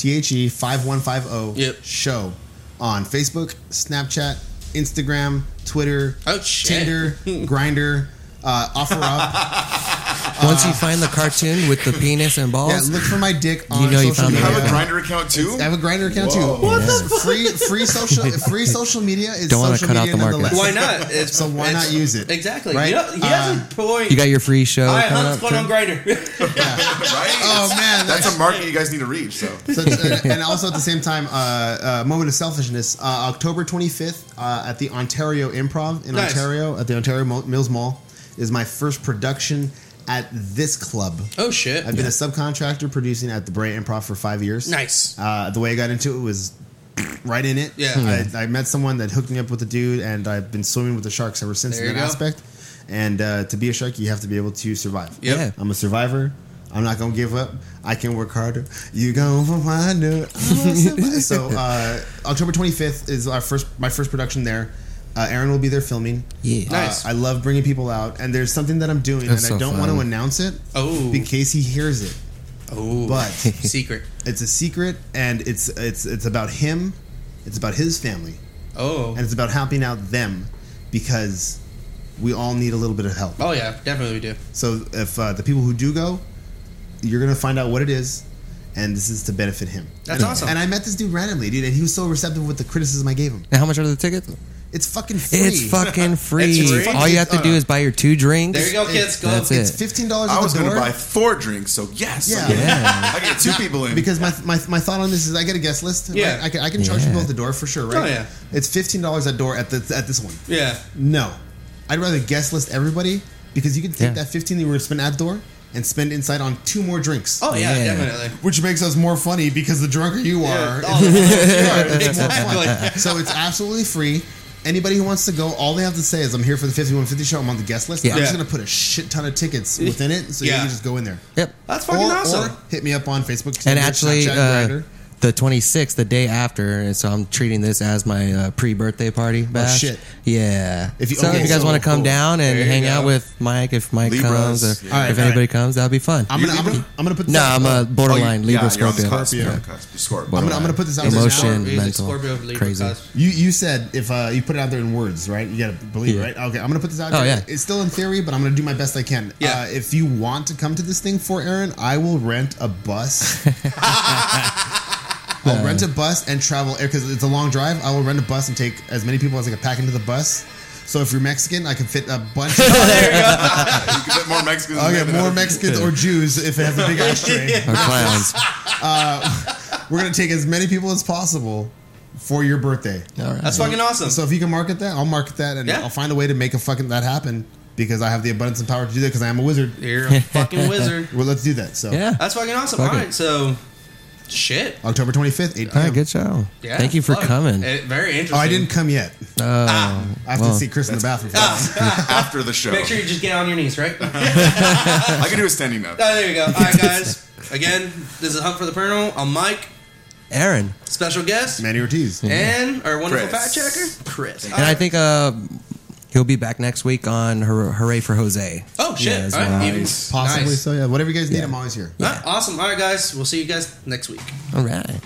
S4: E THE 5150
S2: Yep.
S4: show on Facebook, Snapchat, Instagram, Twitter,
S2: Oh, shit.
S4: Tinder, Grinder, uh, offer up.
S3: Once you find the cartoon with the penis and
S4: uh, yeah,
S3: balls,
S4: look for my dick on
S3: You know you
S4: social
S3: found
S5: you
S3: it.
S4: media.
S5: have a
S3: Yeah.
S5: grinder account too.
S4: I have a grinder account
S5: Whoa.
S4: too. free free social free social media is
S3: Don't wanna
S4: social
S3: cut out
S4: media
S3: the market.
S4: nonetheless.
S2: Why not? It's,
S4: So why
S2: it's-
S4: not use it?
S2: Exactly.
S4: Right?
S2: You know, he has
S4: Uh,
S2: a point.
S3: you got your free show.
S2: All right,
S3: coming
S2: Hunt's
S3: up,
S2: going
S3: too?
S2: on Grinder.
S5: right?
S4: Oh man,
S5: That's
S4: that's
S5: a market you guys need to reach. So
S4: so, uh, and- and also at the same time, uh, uh, moment of selfishness. Uh, October 25th uh, at the Ontario Improv in
S2: Nice.
S4: Ontario at the Ontario Mo- Mills Mall is my first production at this club.
S2: oh shit.
S4: I've been a subcontractor producing at the Bray Improv for five years.
S2: Nice.
S4: Uh, the way I got into it was right in it.
S2: Yeah.
S4: I, I met someone that hooked me up with a dude, and I've been swimming with the sharks ever since
S2: There
S4: in
S2: you
S4: that
S2: go.
S4: aspect. And uh, to be a shark, you have to be able to survive.
S2: Yep.
S3: Yeah.
S4: I'm a survivor. I'm not gonna give up. I can work harder. You gonna find out. I'm a survivor. so uh, October 25th is our first, my first production there. Uh, Aaron will be there filming.
S3: Yeah.
S2: Nice.
S4: Uh, I love bringing people out, and there's something that I'm doing,
S3: That's
S4: and
S3: so
S4: I don't want to
S3: fun.
S4: announce it.
S2: Oh.
S4: in case he hears it,
S2: oh,
S4: Uh, but
S2: secret.
S4: it's a secret, and it's it's it's about him, it's about his family,
S2: Oh.
S4: and it's about helping out them because we all need a little bit of help.
S2: Oh yeah, definitely we do.
S4: So if uh, the people who do go, you're gonna find out what it is, and this is to benefit him.
S2: That's
S4: And-
S2: awesome.
S4: And I met this dude randomly, dude, and he was so receptive with the criticism I gave him.
S3: And how much are the tickets?
S4: It's fucking free.
S3: It's fucking free.
S2: free?
S3: All you have to do is buy your two drinks.
S2: There you go, kids. Go.
S3: That's
S4: It's
S3: it.
S4: fifteen dollars.
S5: I was
S4: the
S5: going to
S4: door.
S5: buy four drinks. So yes,
S4: Yeah.
S5: I get-
S3: Yeah.
S5: I get two people in.
S4: because my, my my thought on this is I get a guest list. right?
S2: Yeah.
S4: I can, I can charge
S3: Yeah.
S4: people at the door for sure, right?
S2: Oh, yeah.
S4: it's fifteen dollars at door at the at this one.
S2: Yeah.
S4: No, I'd rather guest list everybody because you can take
S3: Yeah.
S4: that fifteen that you were spend at door and spend inside on two more drinks.
S2: Oh yeah,
S3: Yeah.
S2: definitely.
S4: Which makes us more funny because the drunker you are,
S2: Yeah. Oh,
S4: it's more fun.
S2: exactly.
S4: So it's absolutely free. Anybody who wants to go, all they have to say is, "I'm here for the 5150 show. I'm on the guest list.
S3: Yeah.
S4: I'm just
S2: Yeah.
S4: gonna put a shit ton of tickets within it, so
S2: Yeah.
S4: you can just go in there."
S3: Yep.
S2: That's fucking
S4: or,
S2: awesome.
S4: or hit me up on Facebook
S3: and
S4: Tinder,
S3: actually,
S4: Snapchat,
S3: uh,
S4: Grindr.
S3: the 26th, the day after, and so I'm treating this as my uh, pre-birthday party. Bash.
S4: shit.
S3: Yeah.
S4: If you-
S3: so
S4: okay,
S3: if you guys
S4: so-
S3: want to come
S4: cool.
S3: down and
S2: There you
S3: hang out
S2: go.
S3: with Mike, if Mike
S5: Libras.
S3: comes, or
S5: Yeah.
S3: if
S4: All right, all right.
S3: anybody comes, that'll be fun.
S4: I'm
S5: You
S4: gonna, I'm
S5: Libra?
S4: gonna, I'm gonna put this
S3: no,
S4: out.
S3: I'm a borderline
S5: yeah,
S3: Libra
S5: you're on the
S3: Scorpio.
S5: cusp, you're on the
S3: Yeah.
S5: cusp. You're Scorpio.
S4: I'm gonna, I'm gonna put this out. there
S3: Emotion.
S4: now.
S3: Emotion.
S2: He's a
S3: mental.
S2: Scorpio of Libra
S3: Crazy.
S2: cusp.
S4: You you said if uh, you put it out there in words, right? You gotta believe,
S3: Yeah.
S4: right? Okay, I'm gonna put this out.
S3: Oh,
S4: there.
S3: yeah.
S4: it's still in theory, but I'm gonna do my best I can.
S2: Yeah.
S4: Uh, if you want to come to this thing for Aaron, I will rent a bus. I'll rent a bus and travel because it's a long drive. I will rent a bus and take as many people as I can pack into the bus. So if you're Mexican, I can fit a bunch. I'll
S5: You can get more Mexicans.
S4: get more Mexicans or Jews if it has a big ashtray.
S3: Or clowns.
S4: We're gonna take as many people as possible for your birthday.
S3: All right.
S2: That's fucking awesome.
S4: So if you can market that, I'll market that, and
S2: Yeah.
S4: I'll find a way to make a fucking that happen because I have the abundance and power to do that because I am a wizard.
S2: You're a fucking wizard.
S4: Well, let's do that. So
S3: yeah.
S2: That's fucking awesome.
S3: Fuck
S2: All
S3: it.
S2: right, so shit.
S4: October twenty fifth, eight
S3: All
S4: p.m.
S3: right. Good show.
S2: Yeah,
S3: Thank you for
S2: fuck.
S3: coming.
S2: Eh, very interesting.
S4: oh, I didn't come yet.
S3: Oh,
S4: I have
S3: well,
S4: to see Chris in the bathroom.
S2: Ah.
S5: after the show.
S2: Make sure you just get on your knees, right? oh,
S5: I can do a standing up.
S2: there you go. All right, guys. Again, this is Hunt for the Paranormal. I'm Mike,
S3: Aaron.
S2: special guest,
S4: Manny Ortiz.
S2: and our wonderful
S5: Chris.
S2: fact checker, Chris.
S3: And I think uh, he'll be back next week on Hur- Hooray for Jose.
S2: Oh shit!
S3: Yeah, as
S2: All right,
S3: well.
S2: even-
S5: Nice.
S4: Possibly
S2: Nice.
S4: so. Yeah, whatever you guys need,
S3: Yeah.
S4: I'm always here.
S2: All right, awesome. All right, guys. We'll see you guys next week.
S3: All right.